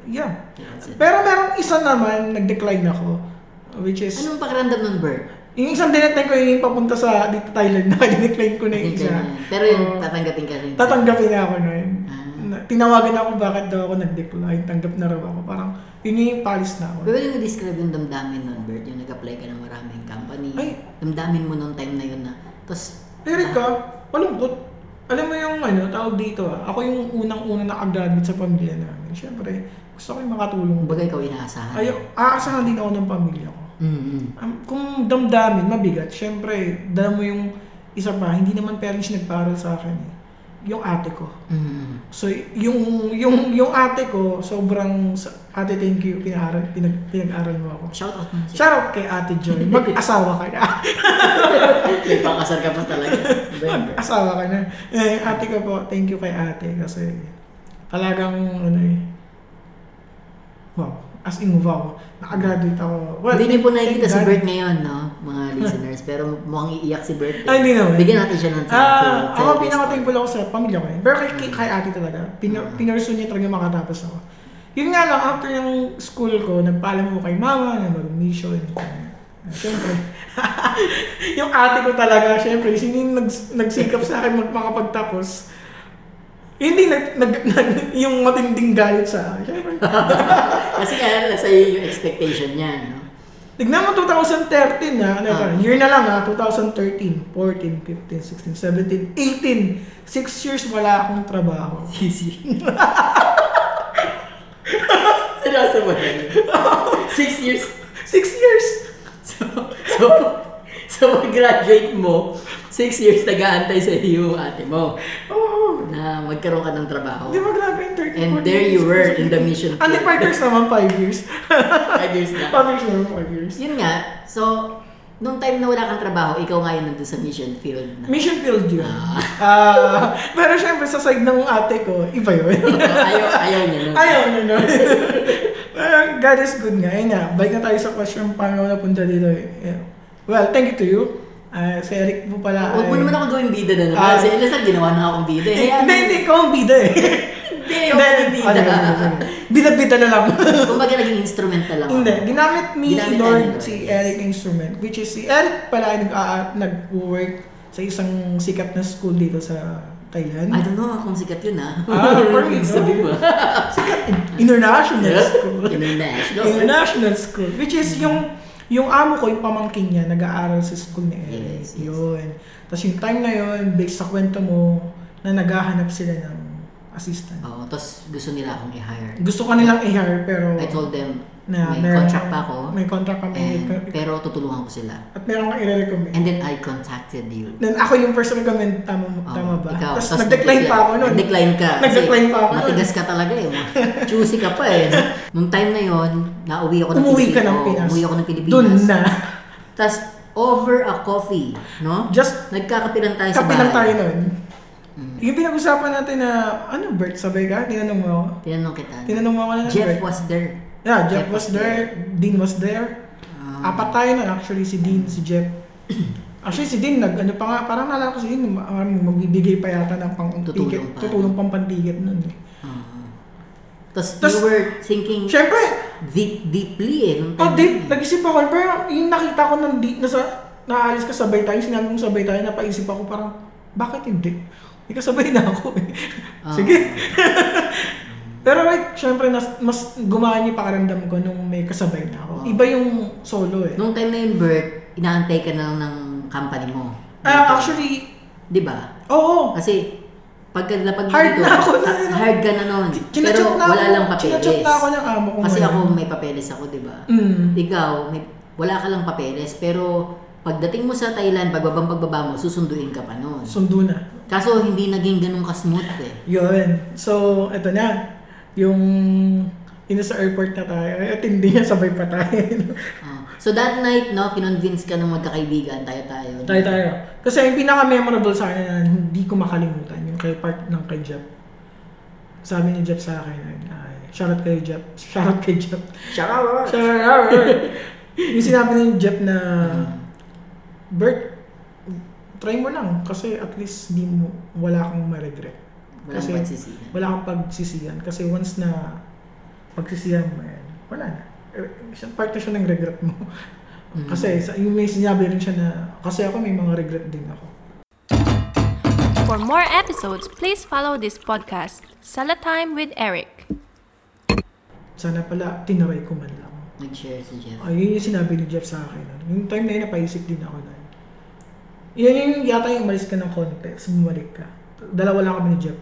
S1: Yeah.
S2: They all said-
S1: Pero merong isa naman, nag-decline ako. Which is,
S2: Anong pakiramdam nun, Bert?
S1: yung isang dinetline ko, yung papunta sa dito Thailand, naka-decline ko na yung
S2: Hindi
S1: isa. Oh.
S2: na. Pero yung
S1: Oo.
S2: tatanggapin ka rin.
S1: tatanggapin na ako noon.
S2: Ah.
S1: Na- Tinawagan ako bakit daw ako nag-decline, tanggap na raw ako. Parang, yun yung palis na ako.
S2: Pwede mo describe yung damdamin nun, Bert? Yung nag-apply ka ng maraming company.
S1: Ay.
S2: Damdamin mo nung time na yun na. Tapos,
S1: Erika, malungkot. Alam mo yung ano, tawag dito ah, ako yung unang-unang nakagraduate sa pamilya namin. Siyempre, gusto ko yung makatulong.
S2: Kumbaga ikaw inaasahan. Mm-hmm.
S1: Ayaw, aasahan din ako ng pamilya ko.
S2: Mm-mm.
S1: Um, kung damdamin, mabigat. Siyempre, dala mo yung isa pa, hindi naman parents nagparal sa akin eh. Yung ate ko.
S2: Mm-mm.
S1: So, y- yung, yung, yung ate ko, sobrang, sa- ate thank you, pinag, pinag, pinag-aral mo ako.
S2: Shout out mo.
S1: Shout out kay Ate Joy. Mag-asawa ka na.
S2: May pakasar ka pa talaga. November.
S1: Mag-asawa ka na. Eh, ate ko po, thank you kay ate kasi talagang ano eh. Wow. As in, wow. Nakagraduate ako. Well,
S2: hindi niyo po nakikita
S1: thank
S2: si
S1: God.
S2: Bert ngayon, no? Mga listeners. Pero mukhang iiyak si Bert. eh.
S1: Ah, hindi naman.
S2: Bigyan natin siya ng time.
S1: Ah, ako pinaka-thankful ako sa pamilya ko eh. Pero kay, kay, kay ate talaga. Pin, Pinurso niya talaga makatapos ako. Yun nga lang, after yung school ko, nagpaalam mo kay mama na mag-mission. Siyempre. Ah, yung ate ko talaga, siyempre, sino yung nags- nagsikap sa akin mag- makapagtapos. Hindi, nag, nag, nag- yung matinding galit sa akin. Siyempre.
S2: Kasi kaya nasa iyo yung expectation niya, no?
S1: Tignan mo 2013 ha, ano
S2: Ah.
S1: ba? year na lang ha, 2013, 14, 15, 16, 17, 18. Six years wala akong trabaho.
S2: Sisi. Seryoso ba yan? Six years.
S1: Six years!
S2: So, so, so mag-graduate mo, six years nag-aantay sa iyo yung ate mo
S1: Oo.
S2: na magkaroon ka ng trabaho.
S1: Oh, Di ba grabe yung 13,
S2: And there you were in the mission
S1: Ano yung five years naman, five years.
S2: Five years na.
S1: Five years naman, five years.
S2: Yun nga, so, nung time na wala kang trabaho, ikaw nga yun nandun sa mission field na.
S1: Mission field yun.
S2: Ah.
S1: Ah, pero syempre sa side ng ate ko, iba yun.
S2: ayaw, ayaw niya nun.
S1: Ayaw na nun. Well, God is good nga. Ayun nga, balik na tayo sa question paano ako napunta dito. eh. Yeah. Well, thank you to you. Ah, si Eric po pala.
S2: Huwag mo
S1: ay-
S2: naman ako gawing bida na naman.
S1: Ah.
S2: Kasi ilan ginawa na akong bida. eh. Hayaan
S1: Hindi,
S2: mo.
S1: hindi, ikaw ang bida eh.
S2: Hindi, ako ang
S1: Ah,
S2: bida.
S1: sige, sige. Bida-bida na lang.
S2: Kumbaga naging instrumental lang ako.
S1: Hindi, ginamit ni
S2: Ginamit tayo
S1: Lord
S2: ni Lord,
S1: si
S2: yes.
S1: Eric instrument, which is si Eric pala ay nag, uh, nag-work sa isang sikat na school dito sa
S2: I
S1: Thailand.
S2: don't know kung sikat yun ah.
S1: Ah, for me,
S2: Sabi mo.
S1: International school.
S2: International.
S1: International school. Which is yung yung amo ko, yung pamangkin niya, nag-aaral sa school ni Eric.
S2: Yes, yes.
S1: Yun. Tapos yung time na yun, based sa kwento mo, na naghahanap sila ng assistant.
S2: Oo, tapos gusto nila akong i-hire.
S1: Gusto ka nilang i-hire pero
S2: I told them,
S1: na
S2: may
S1: meron-
S2: contract pa ako.
S1: May contract kami.
S2: And, pero tutulungan ko sila.
S1: at meron kang i-recommend.
S2: And then I contacted you.
S1: Then ako yung first recommend, tama, mo-
S2: Oo,
S1: tama ba?
S2: Oh, Ikaw.
S1: Tapos nag-decline pa ako nun.
S2: Nag-decline ka. Kasi
S1: Nag-decline pa ako nun.
S2: Matigas ka talaga eh. Ma- Choosy ka pa eh. Nung time na yon, nauwi ako ng
S1: Umuwi ka
S2: Pilipinas.
S1: ng Pinas.
S2: Umuwi ako ng Pilipinas.
S1: Doon na.
S2: Tapos over a coffee, no?
S1: Just
S2: Nagkakapilan tayo sa
S1: kape
S2: bahay. Mm.
S1: lang tayo nun. Yung pinag-usapan natin na, ano Bert, sabay ka? Tinanong mo ako.
S2: Tinanong kita.
S1: Tinanong mo ako na lang,
S2: Jeff
S1: Bert.
S2: was there.
S1: Yeah, Jeff,
S2: Jeff
S1: was
S2: was
S1: there. Dean was there.
S2: Ah,
S1: Apat tayo na actually, si Dean, si Jeff. Actually, si Dean, nag, ano pa nga, parang nalala ko si Dean, ma- ano, magbibigay pa yata ng pang
S2: Tutulong
S1: ticket,
S2: pa.
S1: tutulong pang panticket nun eh.
S2: ah. Tapos
S1: Tas-
S2: you were thinking
S1: Siyempre,
S2: deep, deeply eh. nung
S1: Oh,
S2: time-
S1: Dave, nag-isip ako, pero yung nakita ko nang di, nasa, naalis ka sabay tayo, sinabi mo sabay tayo, napaisip ako parang, bakit hindi? Hindi ka sabay na ako eh.
S2: Ah.
S1: Sige. pero like, syempre, nas, mas gumaan yung pakiramdam ko nung may kasabay na ako.
S2: Ah.
S1: Iba yung solo eh.
S2: Nung time na yun, Bert, inaantay ka na lang ng company mo.
S1: Ah, actually,
S2: Di ba?
S1: oo.
S2: Kasi, pagka napag
S1: Hard na ako na, ano.
S2: hard ka na nun.
S1: Chinachok
S2: Pero
S1: na
S2: wala
S1: ako-
S2: lang papeles.
S1: chinachok na ako ng ano. amo ko
S2: Kasi
S1: ngayon.
S2: ako may papeles ako, di ba?
S1: Mm.
S2: Ikaw, may, wala ka lang papeles, pero pagdating mo sa Thailand, pagbabang pagbaba mo, susunduin ka pa nun.
S1: Sundo na.
S2: Kaso hindi naging ganun ka-smooth eh.
S1: Yun. So, eto na. Yung, yun sa airport na tayo. At hindi niya sabay pa tayo.
S2: Ah. so that night, no, kinonvince ka ng magkakaibigan, tayo-tayo.
S1: Tayo tayo. Kasi yung pinaka-memorable sa akin na hindi ko makalimutan, yung kay part ng kay Jeff. Sabi ni Jeff sa akin, ay, shoutout kay Jeff, shoutout kay Jeff.
S2: Shower!
S1: Shoutout! yung sinabi ni Jeff na, Bert, try mo lang kasi at least di mo, wala kang ma-regret.
S2: Walang
S1: Kasi-
S2: pagsisihan.
S1: Wala kang pagsisihan. Kasi once na pagsisihan mo yan, wala na. Eh, Isang part na siya ng regret mo. kasi sa- yung may sinabi rin siya na, kasi ako may mga regret din ako.
S3: For more episodes, please follow this podcast, Salatime with Eric.
S1: sana pala tinaray ko man lang. Ah,
S2: Nag-share si Jeff.
S1: Ayun yung sinabi ni Jeff sa akin. Yung time na yun, napaisip din ako na. Yun yung yata yung umalis ka ng konti, tapos bumalik ka. Dalawa lang kami ni Jeff.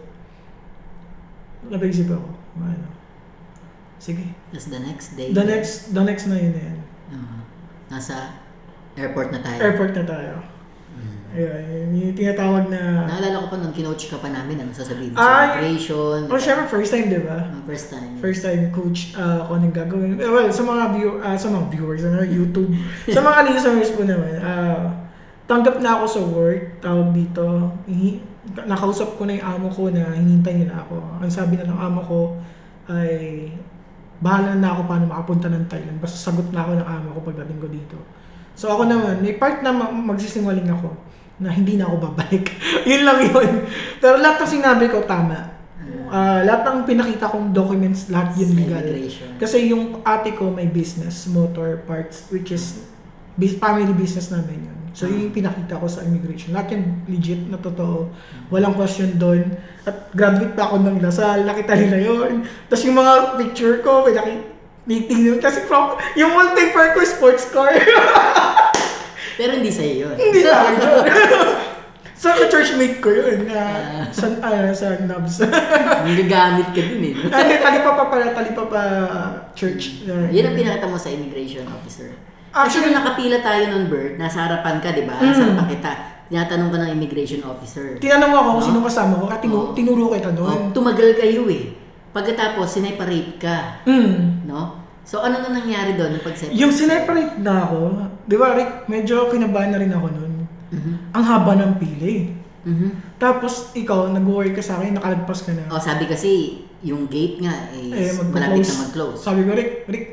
S1: Napaisip ako, ano. Sige.
S2: Tapos the next day,
S1: The next, the next na yun na yan.
S2: ah, nasa airport na tayo. Mm.
S1: Airport na tayo. Ayun, yun yung tinatawag na...
S2: Naalala ko pa nung kinoach ka pa namin, ano sasabihin mo?
S1: Ay!
S2: Celebration.
S1: Oh, syempre, first time, di ba?
S2: ah, first time.
S1: First time coach uh, kung anong gagawin. Eh, Well, sa mga view, ah, sa mga viewers, ano, YouTube, sa mga listeners po naman, ah, tanggap na ako sa work, tawag dito, Hihi- nakausap ko na yung amo ko na hinintay nila ako. Ang sabi na ng amo ko ay bahala na ako paano makapunta ng Thailand. Basta sagot na ako ng amo ko pagdating ko dito. So ako naman, may part na ma- magsisinwaling ako na hindi na ako babalik. yun lang yun. Pero lahat ng sinabi ko tama.
S2: Ano,
S1: Ah, lahat ng pinakita kong documents, lahat yun
S2: Sa
S1: legal.
S2: immigration.
S1: Kasi yung ate ko may business, motor parts, which is bus- family business namin yun. So yun yung
S2: Ah.
S1: pinakita ko sa immigration. Lahat yun legit na totoo. Walang question doon. At graduate pa ako ng Lasal, nakita nila yun. Tapos yung mga picture ko, pinakita. Titignan kasi from, yung wallpaper ko sports car.
S2: Pero hindi sa'yo yun.
S1: Hindi na ako. so, churchmate ko yun. na sa, ah, sa Nubs.
S2: Nagagamit ka dun eh. no?
S1: Ano, talipa pa pala, talipa pa church. na-
S2: Yun ang pinakita mo sa immigration officer.
S1: Actually- Mm.
S2: Actually, nakapila tayo nun, Bert. Nasa harapan ka, di ba? Nasa harapan kita. Tinatanong ka ng immigration officer.
S1: Tinanong ako
S2: Ah.
S1: kung sino kasama ko, at tinu-
S2: Oo.
S1: tinuro kita
S2: Oh,
S1: doon.
S2: tumagal kayo eh. Pagkatapos, sineparate ka.
S1: Mm.
S2: No? So, ano na nangyari doon nung pag-separate?
S1: Yung sineparate na ako, di ba Rick, medyo kinabahan na rin ako noon.
S2: Mm-hmm.
S1: Ang haba ng pili.
S2: Mhm.
S1: Tapos ikaw, nag-worry ka sa akin, nakalagpas ka na.
S2: Oh, sabi kasi, yung gate nga
S1: eh,
S2: is malapit
S1: mag-close.
S2: na mag-close.
S1: Sabi ko, Rick, Rick,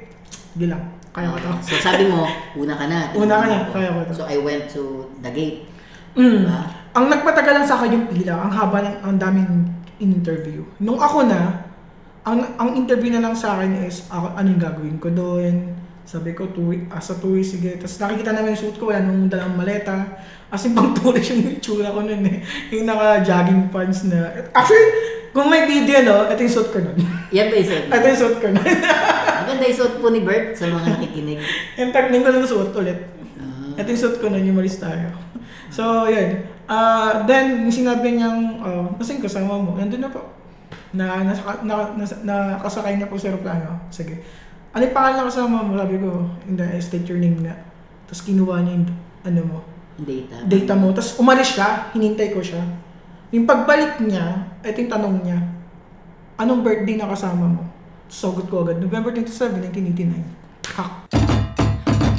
S1: hindi lang, kaya ko to.
S2: Ah, so sabi mo, una ka na.
S1: Una ka na,
S2: Ako.
S1: kaya ko to.
S2: So I went to the gate.
S1: Mm.
S2: Diba?
S1: Ang nagpatagal lang sa akin yung pila, ang haba ng ang daming interview. Nung ako na, ang, ang interview na lang sa akin is ako, anong gagawin ko doon. Sabi ko, tuwi, ah, sa tuwi, sige. Tapos nakikita namin yung suit ko, wala nung dalang maleta. As in, pang tourist yung itsura ko nun eh. Yung naka-jogging pants na... Actually, kung may video, no, ito yung suit ko nun.
S2: Yan ba yung suot mo?
S1: ito yung suit ko nun.
S2: Maganda yung suot po ni Bert sa mga nakikinig.
S1: yung tagning ko lang suot ulit.
S2: Ah,
S1: Ito yung suit ko na numerous tayo. So, yun. ah then, yung sinabi niyang, uh, kasing kasama mo, nandun na po. Na, nasa, na, nasa, nakasakay na po sa aeroplano. Sige. Ano yung pangalan ng kasama mo? Sabi ko, hindi, I state your name nga. Tapos kinuha niya yung, ano mo,
S2: data.
S1: data mo. Tapos umalis siya, hinintay ko siya. Yung pagbalik niya, ito yung tanong niya, anong birthday na kasama mo? Sagot ko agad, November 27, 1989. Kak.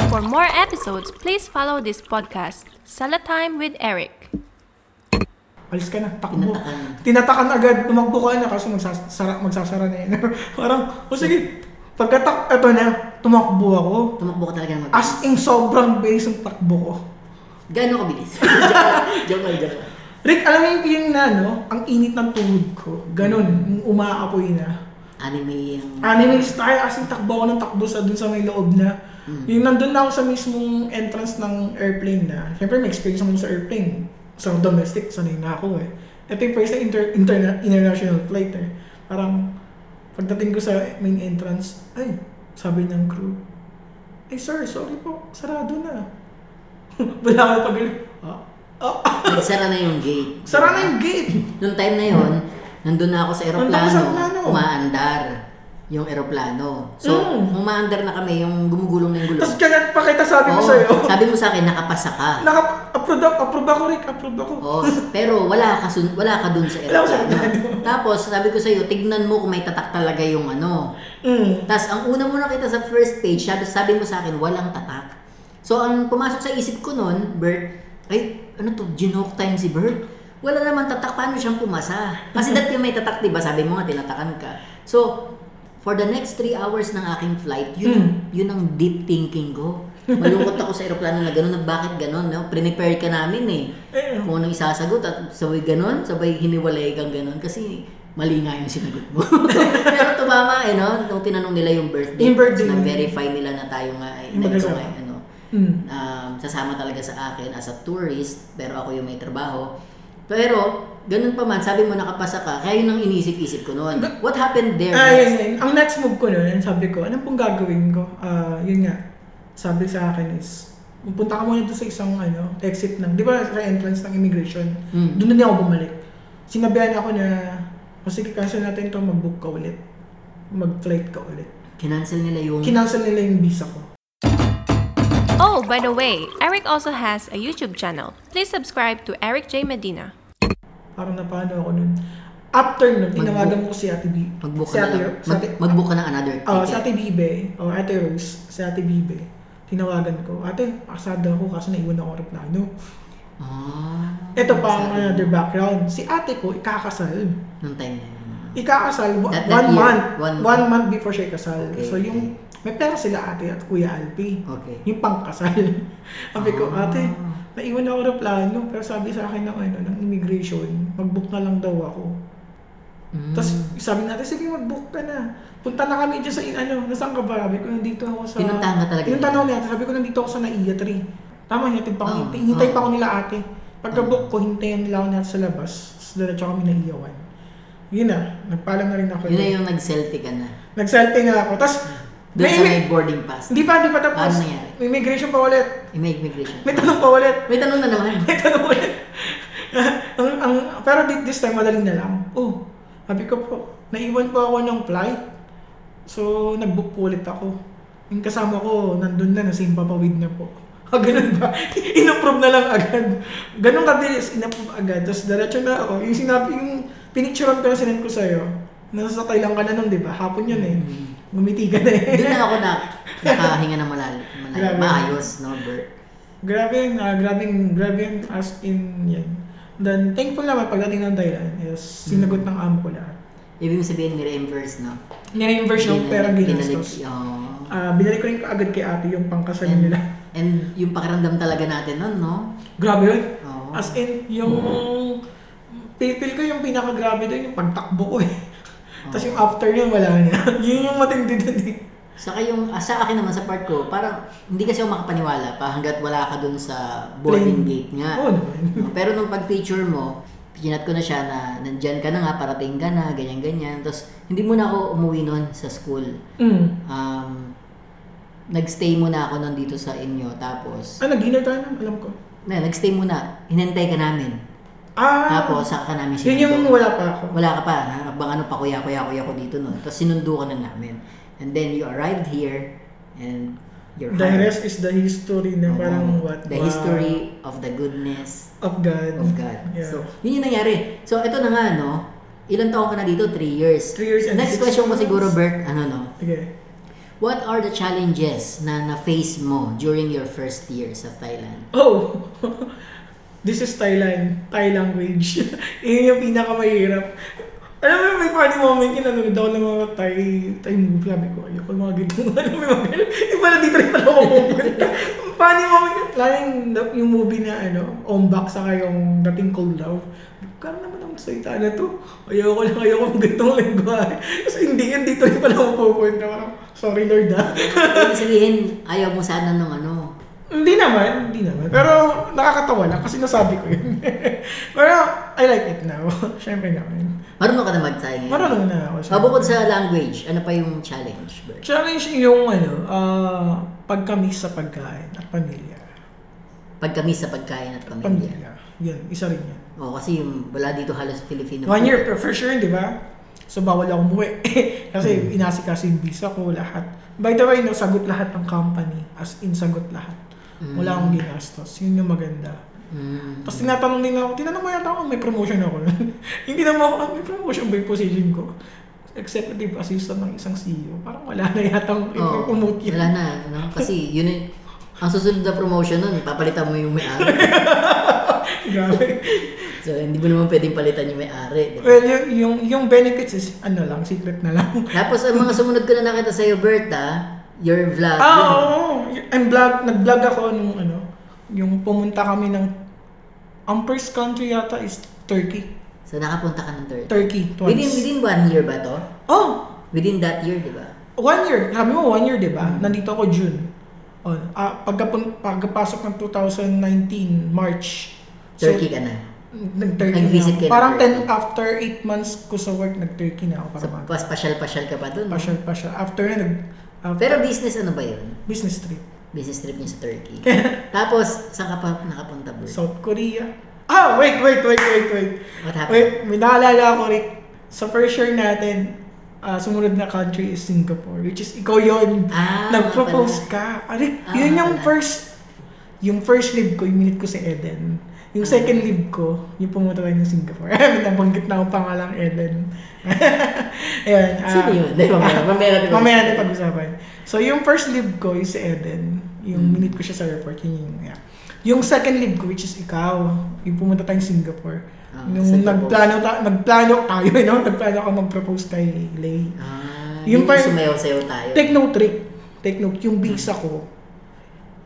S3: For more episodes, please follow this podcast, Sala Time with Eric.
S1: Alis ka na, takbo.
S2: Tinatakan.
S1: Tinatakan agad, tumakbo ka na kasi magsasara, magsasara na yun. Parang, o sige, pagkatak, eto na, tumakbo ako.
S2: Tumakbo ka talaga ng mag-
S1: As in, sobrang bilis ang takbo ko.
S2: Gano'ng kabilis? joke lang, joke lang, joke lang.
S1: Rick, alam mo yung feeling na, no? Ang init ng tuhod ko. Ganun, yung umaapoy na.
S2: Anime yung...
S1: Anime style, as in, takbo ako ng takbo sa dun sa may loob na. Yung nandun na ako sa mismong entrance ng airplane na. Siyempre, may experience naman sa airplane. Sa domestic, sanay na ako eh. Ito yung first na inter- interna- international flight eh. Parang, pagdating ko sa main entrance, ay, sabi ng crew, ay sir, sorry po, sarado na. Wala ka na pag ah, ah, ah,
S2: Nagsara na yung gate.
S1: Sara na yung gate!
S2: Nung time na yon, nandun na ako sa
S1: Nandun ako
S2: eroplano,
S1: sa eroplano.
S2: umaandar yung eroplano. So,
S1: Mm.
S2: umaandar na kami, yung gumugulong na yung gulong.
S1: Tapos kaya pa kita sabi ko
S2: Oo,
S1: sa'yo,
S2: sabi mo sa akin, nakapasa ka.
S1: naka-approve approve ako Rick, approve ako.
S2: Oo, pero wala ka, sun- wala ka dun sa
S1: Wala ako sa
S2: eroplano.
S1: eroplano.
S2: Tapos, sabi ko sa'yo, tignan mo kung may tatak talaga yung ano.
S1: Mm.
S2: Tapos, ang una mo nakita sa first page, sabi, sabi mo sa akin, walang tatak. So, ang pumasok sa isip ko nun, Bert, ay, ano to, ginook time si Bert? Wala naman tatak, paano siyang pumasa? Kasi dati may tatak, di ba? Sabi mo nga, tinatakan ka. So, for the next three hours ng aking flight, yun, ang- yun ang deep thinking ko. Malungkot ako sa aeroplano na gano'n, na bakit gano'n? No? Prepare ka namin eh.
S1: Eh.
S2: Kung anong isasagot at sabay gano'n, sabay hiniwalay kang gano'n kasi mali nga yung sinagot mo. Pero tumama eh, no? Nung tinanong nila yung birthday,
S1: Yung birthday.
S2: na verify nila na tayo nga ay
S1: Yung
S2: na ito
S1: magkasama.
S2: nga ay ano,
S1: Mm.
S2: um, sasama talaga sa akin as a tourist, pero ako yung may trabaho. Pero, ganun pa man, sabi mo nakapasa ka, kaya yun ang inisip-isip ko noon. What happened there?
S1: Ah, yun, yun. Ang next move ko nun, sabi ko, ano pong gagawin ko? Ah, yun nga. Sabi sa akin is, Pupunta ka muna doon sa isang ano, exit ng, di ba, re-entrance ng immigration.
S2: Mm.
S1: Doon na niya ako bumalik. Sinabihan niya ako na, o sige, cancel natin to, mag-book ka ulit. Mag-flight ka ulit.
S2: Kinancel nila yung...
S1: Kinancel nila yung visa ko.
S3: Oh, by the way, Eric also has a YouTube channel. Please subscribe to Eric J. Medina.
S1: Parang napano ako nun. After nun, tinawagan ko si Ate B.
S2: Mag-book
S1: si
S2: ka na
S1: Ate,
S2: lang.
S1: si
S2: Mag,
S1: Ate-
S2: mag-book ka ng another
S1: Oo,
S2: ticket.
S1: sa Oh, Ate Bibe, o Ate Rose, sa Ate Bibe, tinawagan ko, ate, pasada ako kaso naiwan ako ng aeroplano.
S2: Ah.
S1: Ito pa ang
S2: Sabi-
S1: another background. Si ate ko, ikakasal.
S2: Nung time na yun.
S1: Ikakasal wa-
S2: That- that
S1: one,
S2: year.
S1: month,
S2: One
S1: one,
S2: month.
S1: month before siya ikasal.
S2: Okay,
S1: So yung, may pera sila ate at kuya Alpi.
S2: Okay.
S1: Yung pangkasal. Sabi ko,
S2: Ah.
S1: ate, naiwan ako ng plano. Pero sabi sa akin ng, ano, ng immigration, mag-book na lang daw ako.
S2: Mm.
S1: Tapos sabi natin, sige mag-book ka na. Punta na kami dyan sa, in- ano, nasaan ka ba? Sabi ko, nandito ako sa...
S2: Pinuntahan ka talaga
S1: Pinuntahan
S2: nila?
S1: ako nila. Sabi ko, nandito ako sa Naiya 3. Tama, hinatid pa ako.
S2: Oo,
S1: hintay, hintay pa
S2: oo.
S1: ako nila ate.
S2: Oh.
S1: Pagka-book ko, hintayan nila ako natin sa labas. Tapos diretso kami Naiya 1. Yun na, nagpaalam na rin ako.
S2: Yun na yung nag-selfie ka na.
S1: Nag-selfie na ako. Tapos,
S2: Doon sa
S1: may,
S2: may boarding pass.
S1: hindi pa, hindi pa tapos.
S2: Paano nangyari?
S1: May immigration pa ulit.
S2: May immigration.
S1: May tanong pa ulit.
S2: May tanong na naman.
S1: May tanong ulit. ang, ang, pero thi- this time, madali na lang. Oh, sabi ko po, naiwan po ako ng flight. So, nag-book po ulit ako. Yung kasama ko, nandun na, nasa impapawid na po. Ah, ganun ba? Inapprove na lang agad. Ganun kabilis, inapprove agad. Tapos diretso na ako. Yung sinabi, yung pinicturean ko na sinend ko sa'yo, nasasakay lang ka na nun, di ba? Hapon yun eh. Gumiti ka na eh.
S2: Doon na ako na nakahinga ng malal, malal
S1: Grabe.
S2: maayos, no, Bert?
S1: Grabe yun, ah, grabe yung, grabe yun as in yan. Then, thankful naman pagdating ng Thailand is sinagot
S2: Hmm.
S1: ng amo ko lahat.
S2: Ibig mong sabihin, ni-reimburse, no?
S1: Nireimburse yung
S2: Binalik-
S1: pera
S2: binalik- Hmm.
S1: ginastos.
S2: oo.
S1: Ah, binalik ko rin agad kay ate yung pangkasal
S2: and,
S1: nila.
S2: and yung pakiramdam talaga natin nun, no?
S1: Grabe yun.
S2: Oo.
S1: As in, yung... Pipil ko yung pinakagrabe doon, yung pagtakbo ko eh. Tapos
S2: Oh.
S1: yung after yun, wala na. yun yung matindi doon eh.
S2: Saka yung, ah, sa akin naman, sa part ko, parang hindi kasi ako makapaniwala pa hanggat wala ka dun sa boarding
S1: Plane.
S2: gate nga.
S1: Oo naman.
S2: No, Pero nung pag-picture mo, kinat ko na siya na nandyan ka na nga, parating ka na, ganyan-ganyan. Tapos hindi muna ako umuwi nun sa school.
S1: Mm.
S2: Um, nagstay muna ako nun dito sa inyo. Tapos,
S1: Ah, nag-dinner tayo nun, alam ko.
S2: na, nagstay muna. Hinantay ka namin.
S1: Ah,
S2: Tapos, saka ka namin
S1: yun yung
S2: sinundo.
S1: wala pa ako.
S2: Wala ka pa. ha? Abang ano pa, kuya, kuya, kuya ko dito nun. Tapos sinundo ka na namin. And then you arrived here and you're
S1: The
S2: hired.
S1: rest is the history na
S2: Ah. Oo.
S1: parang what?
S2: The
S1: wow.
S2: history of the goodness
S1: of God.
S2: of God.
S1: Yeah.
S2: So, yun yung nangyari. So, ito na nga, no? Ilan taon ka na dito? 3 years.
S1: Three years and
S2: Next
S1: six
S2: question ko
S1: months.
S2: siguro, Bert, ano, no?
S1: okay.
S2: What are the challenges na na-face mo during your first year sa Thailand?
S1: Oh! This is Thailand. Thai language. Yun yung pinakamahirap. Alam mo, may funny moment yun, nanonood ako ng mga Thai, Thai movie. Sabi ko, ayoko yung mga gitong, alam mo, yung mga ganun. Yung pala dito rin pala ako pupunta. funny moment yun. Lalo yung, yung movie na, ano, Ombak sa kayong Dating Cold Love. Karoon naman ang salita na to. Ayoko lang, ayoko ng gitong lingwahe. Tapos hindi yan, dito rin pala ako pupunta. Parang, sorry Lord ah.
S2: Ibig sabihin, ayaw mo sana nung ano.
S1: Hindi naman, hindi naman. Pero nakakatawa lang kasi nasabi ko yun. Pero I like it now. Siyempre naman.
S2: Marunong ka na mag-Thai ngayon.
S1: Marunong na ako.
S2: Ah,
S1: siya.
S2: bukod sa language, ano pa yung challenge, Bert?
S1: Challenge yung ano, ah pagkamis sa pagkain at pamilya.
S2: Pagkami sa pagkain at pamilya.
S1: Pamilya. Yan, isa rin yan.
S2: Oo, kasi yung wala dito halos Filipino.
S1: One year for sure, di ba? So bawal akong umuwi. kasi
S2: Hmm.
S1: inasikaso yung visa ko, lahat. By the way, no, sagot lahat ng company. As in, sagot lahat. Wala
S2: Hmm.
S1: akong ginastos. Yun yung maganda.
S2: Mm.
S1: Tapos tinatanong din ako, tinanong mo yata ako kung may promotion ako. Hindi naman ako, "Ah, may promotion ba yung position ko? Executive assistant ng isang CEO. Parang wala na yata ang
S2: Oo,
S1: ipopromote yun.
S2: Oh, wala na. No? Kasi yun yung, ang susunod na promotion nun, papalitan mo yung may-ari.
S1: Grabe.
S2: So, hindi mo naman pwedeng palitan yung may-ari. di ba?
S1: Well, yung, yung, yung benefits is ano lang, secret na lang.
S2: Tapos, ang mga sumunod ko na nakita sa'yo, Bert, ah, your vlog.
S1: Ah,
S2: yun.
S1: oo. oo. I'm vlog, nag-vlog ako nung ano, yung pumunta kami ng, ang first country yata is Turkey.
S2: So, nakapunta ka ng Turkey.
S1: Turkey,
S2: Within,
S1: twice.
S2: within one year ba to?
S1: Oh,
S2: Within that year, di ba?
S1: One year. Sabi mo, one year, di ba? Nandito ako June. Oh, ah, pagkapun- pagkapasok ng 2019, March. So,
S2: Turkey ka na.
S1: Nag-Turkey
S2: Nag-visit
S1: na
S2: ka
S1: ako.
S2: na
S1: Parang
S2: Turkey.
S1: 10, after 8 months ko sa work, nag-Turkey na ako.
S2: So,
S1: Parang mag-
S2: pas pasyal-pasyal ka pa dun. no?
S1: pasyal, pasyal. After na, nag, after
S2: Pero business ano ba yun?
S1: business trip.
S2: business trip niya sa Turkey. Tapos, saan ka pa nakapunta, bro?
S1: South Korea. Ah, wait, wait, wait, wait, wait.
S2: What happened?
S1: Wait, may naalala ako, Rick. Sa first year natin, ah, sumunod na country is Singapore, which is ikaw yon
S2: Ah,
S1: Nag-propose ka. Ah, Rick,
S2: Ah,
S1: yun yung
S2: pala.
S1: first, yung first live ko, yung minute ko sa Eden. Yung second
S2: Ah.
S1: live ko, yung pumunta tayo ng Singapore. Eh, nabanggit na akong pangalang Eden. Ayan. ah,
S2: Sino yun? Hindi, mamaya. Mamaya natin
S1: Mamaya natin pag-usapan. So, yung first leave ko is si Eden. Yung
S2: Hmm.
S1: minute ko siya sa airport, yun yung yeah. Yung second leave ko, which is ikaw, yung pumunta tayong Singapore.
S2: Ah,
S1: nung
S2: Singapore.
S1: nagplano, ta- nagplano tayo, you know? nagplano ka mag-propose kay Lay.
S2: Ah,
S1: Yung
S2: yung
S1: par-
S2: sumayaw-sayaw tayo.
S1: Take note, Rick. Take note, yung visa ko,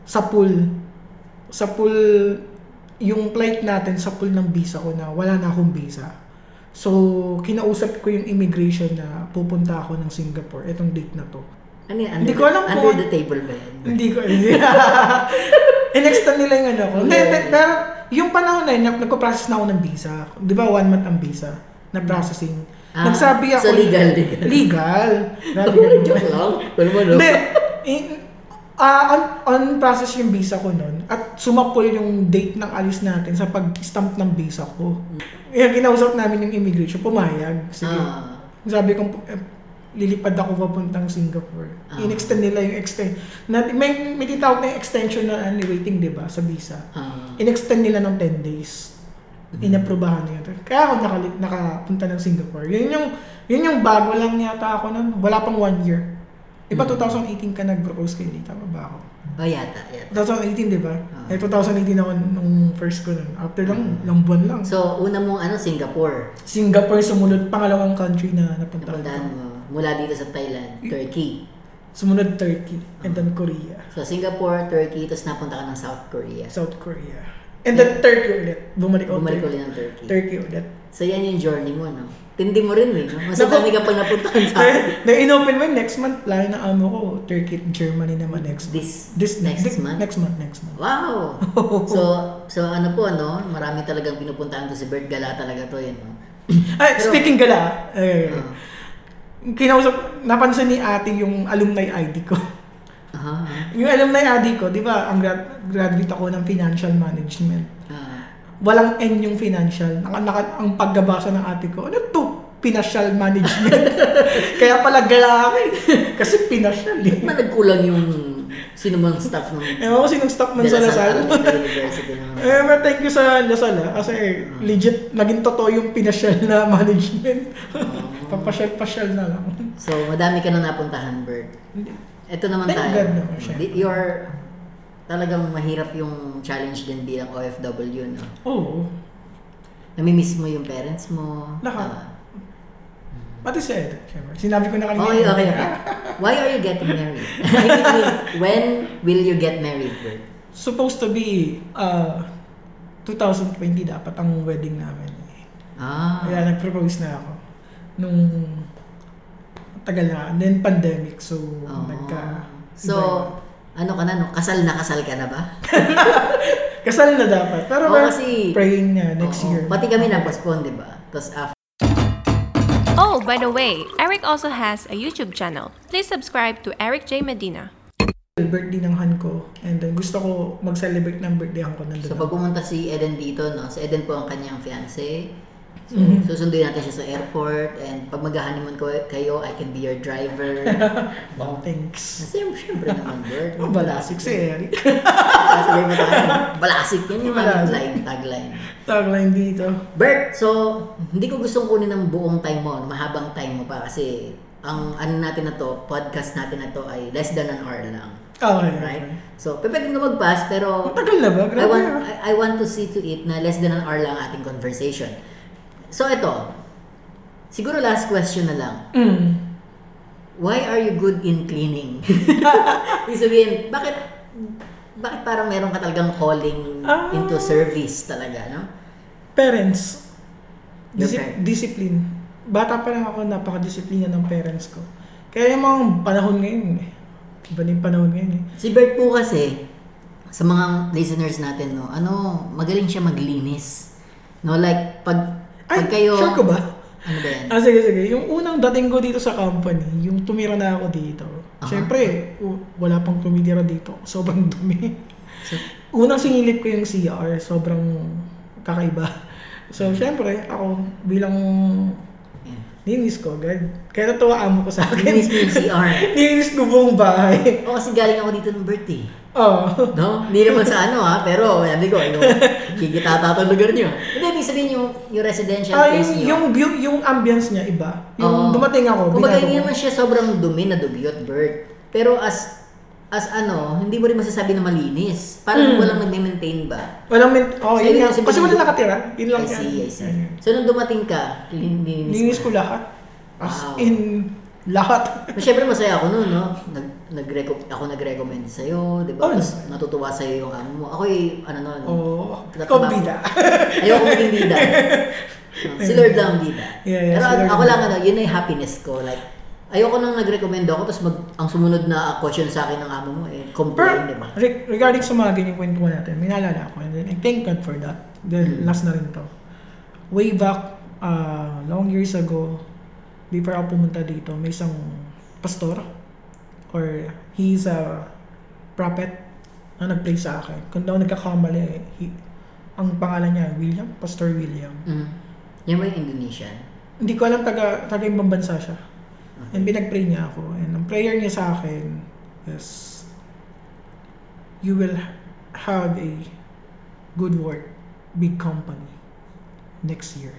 S1: sa pool. Sa pool, yung flight natin sa pool ng visa ko na wala na akong visa. So, kinausap ko yung immigration na pupunta ako ng Singapore, etong date na to.
S2: ano yan? Under,
S1: Hindi ko alam
S2: Under
S1: kung-
S2: the table ba yan?
S1: Hindi ko hindi. Inextend nila yung ano ko. Hindi,
S2: Yeah.
S1: hindi, pero yung panahon na yun, nag- nagko-process na ako ng visa. Di ba, one month ang visa na processing.
S2: Ah,
S1: Nagsabi ako.
S2: so legal, legal.
S1: Legal. Grabe
S2: Joke
S1: ka naman.
S2: lang. Wala mo, no?
S1: Hindi. in- ah, on, on process yung visa ko nun at sumapol yung date ng alis natin sa pag-stamp ng visa ko. Kaya kinausap namin yung immigration, pumayag. Sige.
S2: Hmm. Ah.
S1: Sabi kong, eh, lilipad ako papuntang Singapore.
S2: Ah.
S1: In-extend nila yung extend. Na, may, may tinatawag na yung extension na ano, waiting, di ba, sa visa.
S2: Ah.
S1: In-extend nila ng 10 days.
S2: Mm-hmm.
S1: Inaprobahan nila. to. Kaya ako nakali- nakapunta ng Singapore. Yun yung, yun yung bago lang yata ako nun. Wala pang one year. Di
S2: Mm-hmm.
S1: ba 2018 ka nag-propose kay Lee? Tama ba ako?
S2: oh, yata, yata.
S1: 2018, di ba?
S2: Ah. Mm-hmm.
S1: Eh, 2018 ako nung first ko nun. After lang, ilang buwan lang.
S2: So, una mong ano, Singapore.
S1: Singapore sumunod pangalawang country na napunta
S2: Napuntahan
S1: ko.
S2: mo. Mula dito sa Thailand, Turkey.
S1: Sumunod Turkey and then Korea.
S2: So, Singapore, Turkey, tapos napunta ka ng South Korea.
S1: South Korea. And then Turkey ulit. Bumalik ako.
S2: Bumalik
S1: Turkey.
S2: ulit ng Turkey.
S1: Turkey ulit.
S2: So, yan yung journey mo, no? Tindi mo rin, eh. No? Mas
S1: Naku-
S2: dami ka pang napuntahan sa akin.
S1: Na na inopen mo yun, next month plan na amo ko Turkey at Germany naman next month.
S2: This,
S1: This
S2: next
S1: this-
S2: month.
S1: Next month, next month.
S2: Wow! so, so ano po, no? Marami talagang pinupuntahan to si Bert Gala talaga to, yun, no?
S1: Ay, Ah,
S2: Pero-
S1: speaking gala, eh,
S2: Ah.
S1: kinausap, napansin ni ate yung alumni ID ko.
S2: Aha.
S1: yung alumni ID ko, di ba, ang grad, graduate ako ng financial management.
S2: Ah.
S1: Walang N yung financial. Ang, ang, ang paggabasa ng ate ko, ano to? Financial management. Kaya pala gala ako eh. Kasi financial eh.
S2: Ba't nagkulang yung sino mang staff ng
S1: Ewan ko sinong stock man sa
S2: De La
S1: Lasal.
S2: Salle Alameda University ng
S1: Eh, but thank you sa Lasal ah. Kasi eh, legit, naging totoo yung pinasyal na management.
S2: Oh.
S1: Papasyal-pasyal na lang.
S2: So, madami ka na napuntahan, Bert. Ito naman
S1: Thank
S2: tayo.
S1: God naman, syempre.
S2: Di- You're talagang mahirap yung challenge din bilang OFW, no?
S1: Oo.
S2: Namimiss mo yung parents mo.
S1: Lahat.
S2: Ah.
S1: Pati si Ed, syempre. Sinabi ko na kanina.
S2: Okay, okay, okay. Why are you getting married? I mean, when will you get married, Bert?
S1: Supposed to be uh, 2020 dapat ang wedding namin.
S2: Ah.
S1: Kaya nag-propose na ako. Nung tagal na. And then pandemic. So,
S2: Oo.
S1: nagka...
S2: Ah. So, ano ka na, no? Kasal na kasal ka na ba?
S1: Kasal na dapat. Pero
S2: Oo,
S1: we're
S2: kasi-
S1: praying na next
S2: Oo.
S1: year.
S2: Pati kami na-postpone, di ba? Tapos after,
S3: Oh, by the way, Eric also has a YouTube channel. Please subscribe to Eric J. Medina.
S1: birthday ng han ko. And then gusto ko mag-celebrate ng birthday han ko nandun.
S2: so pag pumunta si Eden dito, no? Si Eden po ang kanyang fiancé. So,
S1: Mm-hmm.
S2: susunduin natin siya sa airport and pag mag-honeymoon ko kayo, I can be your driver.
S1: wow, thanks. Oh,
S2: Siyempre, siyempre naman, Bert.
S1: Ang balasik eh. si Eric.
S2: Sasabihin mo tayo. Balasik yun yung
S1: Balasik.
S2: tagline, tagline.
S1: Tagline dito.
S2: Bert, so hindi ko gustong kunin ng buong time mo, mahabang time mo pa kasi ang ano natin na to, podcast natin na to ay less than an hour lang.
S1: Okay.
S2: Right?
S1: Right?
S2: So, pe- pwede na mag-pass pero
S1: Matagal na ba?
S2: I
S1: Grabe.
S2: want
S1: ah.
S2: I, I want to see to it na less than an hour lang ating conversation. So, ito. Siguro last question na lang.
S1: Mm.
S2: Why are you good in cleaning? Ibig sabihin, bakit bakit parang meron ka talagang calling
S1: Ah.
S2: into service talaga, no?
S1: Parents.
S2: Your
S1: Disi-
S2: parents.
S1: Discipline. Bata pa lang ako, napaka-disiplina ng parents ko. Kaya yung mga panahon ngayon eh. Iba na yung panahon ngayon eh.
S2: Si Bert po kasi, sa mga listeners natin, no, ano, magaling siya maglinis. No, like, pag,
S1: Ay,
S2: pag kayo,
S1: sure ko ba?
S2: ano ba yan?
S1: Ah, sige, sige. Yung unang dating ko dito sa company, yung tumira na ako dito, Siyempre, w- wala pang tumitira dito. Sobrang dumi. Unang sinilip ko yung CR, sobrang kakaiba.
S2: Hmm.
S1: So, siyempre, ako bilang
S2: Yeah.
S1: ninis ko agad. Kaya natuwa amo ko sa akin.
S2: Linis mo yung CR.
S1: ninis ko buong bahay. Oh.
S2: Oo, kasi galing ako dito ng eh. birthday.
S1: Oo.
S2: No? Hindi naman sa ano ha, pero sabi ko, yung kikitata to lugar nyo. Hindi, ibig sabihin yung, yung residential
S1: Ah,
S2: place
S1: yung,
S2: nyo.
S1: yung view, yung ambience niya iba.
S2: Oo.
S1: Yung dumating ako,
S2: Kumbaga,
S1: binago
S2: hindi
S1: ko.
S2: naman siya sobrang dumi na dugyot, Bert. Pero as as ano, hindi mo rin masasabi na malinis. Parang walang nag-maintain ba?
S1: Walang mint. Oh,
S2: So,
S1: yun
S2: ibig
S1: nga.
S2: sabihin-
S1: Kasi wala nakatira. Yun lang
S2: I see,
S1: yan.
S2: I see. So, nung dumating ka, lininis
S1: Linis ko lahat. As
S2: Wow.
S1: in, lahat.
S2: Pero syempre masaya ako noon, no? Nag, nag-reco- ako nag-recommend sa'yo, di ba?
S1: Oh.
S2: Tapos natutuwa sa'yo yung amo mo. Ako eh, ano noon,
S1: Oo.
S2: Lahat
S1: Ikaw
S2: ba?
S1: bida.
S2: ayoko maging bida. No, si Lord lang ang bida.
S1: Yeah, yeah,
S2: Pero
S1: si Lord
S2: ako
S1: lang.
S2: lang, ano, yun na yung happiness ko. Like, ayoko nang nag-recommend ako, tapos mag, ang sumunod na question sa akin ng amo mo, eh, complain, di
S1: Pero
S2: ba?
S1: re- regarding sa mga ganyang kwento natin, may naalala ko. And then, I thank God for that.
S2: Mm.
S1: Then, last na rin to. Way back, uh, long years ago, before ako pumunta dito, may isang pastor or he's a prophet na nag-play sa akin. Kung daw nagkakamali, he, ang pangalan niya, William, Pastor William.
S2: Mm. Yan ba yung Indonesian?
S1: hindi ko alam taga, taga ibang bansa siya. And pinag-pray niya ako. And ang prayer niya sa akin is, you will have a good work, big company next year.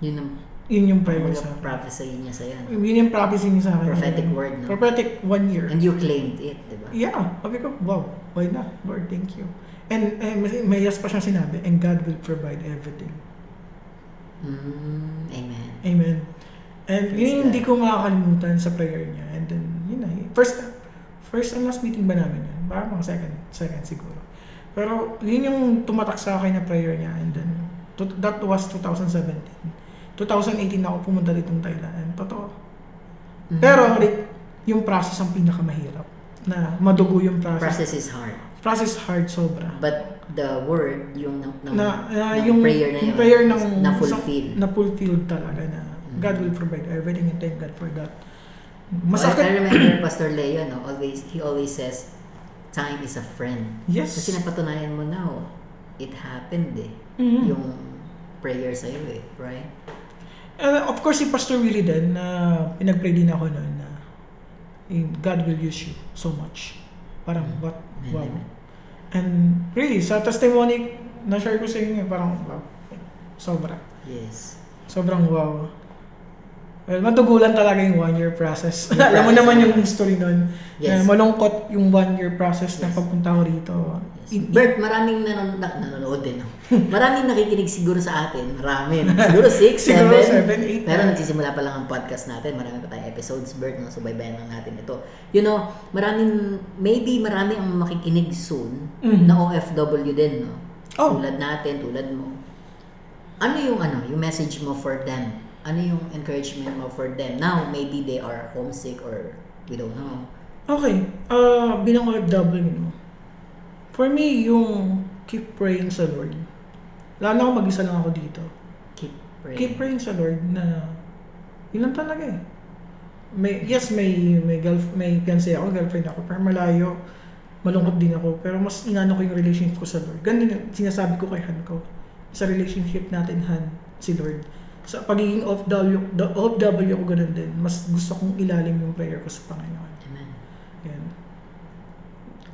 S2: Yun ang
S1: Yun yung prayer niya sa
S2: mga
S1: akin.
S2: prophecy niya sa'yo. no?
S1: Yun yung prophecy niya sa akin.
S2: Prophetic word, no?
S1: Prophetic one year.
S2: And you claimed it, di ba?
S1: Yeah. Sabi ko, wow, why not? Lord, thank you. And, and may- may yes pa siya sinabi, and God will provide everything.
S2: Mm, amen.
S1: Amen. And
S2: Praise
S1: yun yung
S2: God.
S1: hindi ko makakalimutan sa prayer niya. And then, yun na. First, first and last meeting ba namin yun? Parang mga second, second siguro. Pero yun yung tumatak sa akin na prayer niya. And then, to- that was 2017. 2018 na ako pumunta dito ng Thailand. And totoo.
S2: Mm-hmm.
S1: Pero, Rick, yung process ang pinakamahirap. Na madugo yung process.
S2: Process is hard.
S1: Process hard sobra.
S2: But the word, yung, ng, ng,
S1: na, na
S2: ng
S1: yung
S2: prayer na
S1: yung
S2: yun,
S1: prayer ng
S2: na Mm. fulfill.
S1: na fulfilled talaga na God will provide everything and thank God for that
S2: Well, I
S1: masakit
S2: remember Pastor Leo, no, always, he always says, time is a friend.
S1: Yes.
S2: Kasi napatunayan mo na, oh, it happened eh.
S1: Mhm.
S2: Yung prayer sa'yo eh, right?
S1: And uh, of course si Pastor Willie din na pinagpray din ako noon na eh, God will use you so much parang what wow
S2: Mm. Amen.
S1: and really sa testimony na share ko sa inyo eh, parang wow sobra
S2: Yes.
S1: sobrang wow Well, madugulan talaga yung one-year process.
S2: Yung
S1: Alam mo
S2: process.
S1: naman yung history nun.
S2: Yes.
S1: Na malungkot yung one-year process na
S2: Yes.
S1: pagpunta ko rito.
S2: Yes.
S1: In-
S2: Bert, maraming nanon, na, nanonood din. No? Maraming nakikinig siguro sa atin. Marami. Siguro 6,
S1: Siguro
S2: 7.
S1: seven, eight.
S2: Pero nagsisimula pa lang ang podcast natin. Marami pa tayong episodes, Bert. No? So, baybayan lang natin ito. You know, maraming, maybe marami ang makikinig soon
S1: Mhm.
S2: na OFW din. No?
S1: Oh.
S2: Tulad natin, tulad mo. Ano yung ano, yung message mo for them? Ano yung encouragement mo for them? Now, maybe they are homesick or we don't know.
S1: Okay. ah bilang OFW, no? For me, yung keep praying sa Lord. Lalo na kung mag-isa lang ako dito.
S2: Keep praying.
S1: Keep praying sa Lord na yun lang talaga eh. May, yes, may may girlf, may fiancé ako, girlfriend ako, pero malayo. Malungkot din ako, pero mas inano ko yung relationship ko sa Lord. Ganun yung sinasabi ko kay Han ko. Sa relationship natin, Han, si Lord. Sa pagiging OFW, the OFW ko ganun din. Mas gusto kong ilalim yung prayer ko sa Panginoon.
S2: Amen.
S1: Yan.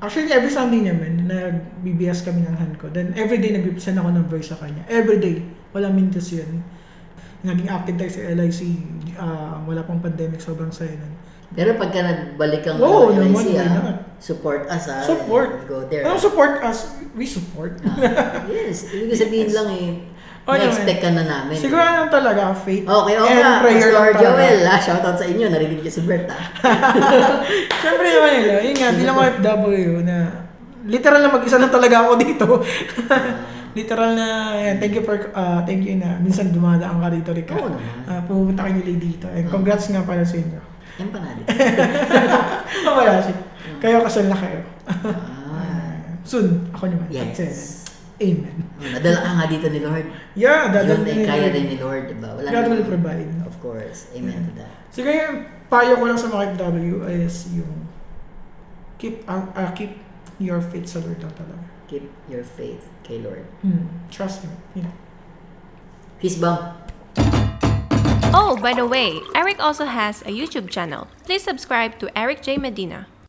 S1: Actually, every Sunday naman, nag-BBS kami ng hand ko. Then, every day, nag-send ako ng verse sa kanya. Every day. Walang mintas yun. Naging active tayo sa LIC. ah, wala pang pandemic, sobrang saya nun.
S2: Pero pagka nagbalik kang
S1: Oo,
S2: ano,
S1: naman, why
S2: LIC, ah,
S1: not?
S2: support us ah.
S1: Support. Ano
S2: Go there.
S1: Anong support us? We support.
S2: Ah, yes, ibig sabihin lang eh,
S1: Oh,
S2: na-expect ka na namin.
S1: Siguro ano talaga, faith
S2: Okay, okay.
S1: and
S2: And
S1: prayer lang
S2: Lord
S1: talaga.
S2: Joel, ah, shoutout sa inyo. Narinig niyo si Bert, ah.
S1: Siyempre naman nila, yun nga, bilang OFW na literal na mag-isa lang talaga ako dito. literal na, yan, thank you for, ah, thank you na, minsan dumadaan ka dito, Rica.
S2: Oo naman.
S1: Ah, pumunta kayo nila dito. And congrats nga pala sa inyo.
S2: Yan pa natin.
S1: Ano kaya siya? Kayo kasal na kayo.
S2: Ah,
S1: Soon, ako naman.
S2: Yes. Oh,
S1: Amen.
S2: nadala ka nga dito ni Lord.
S1: Yeah,
S2: Yun
S1: dadalhin ni
S2: ay kaya
S1: Lord.
S2: din ni Lord, diba? Wala
S1: God will
S2: namang-
S1: provide.
S2: Of course. Amen to that.
S1: Siguro yung payo ko lang sa mga FW is yung keep, ang ah, keep your faith sa Lord lang talaga.
S2: Keep your faith kay Lord.
S1: Hmm. Trust Him. Yeah.
S2: Peace bomb.
S3: Oh, by the way, Eric also has a YouTube channel. Please subscribe to Eric J. Medina.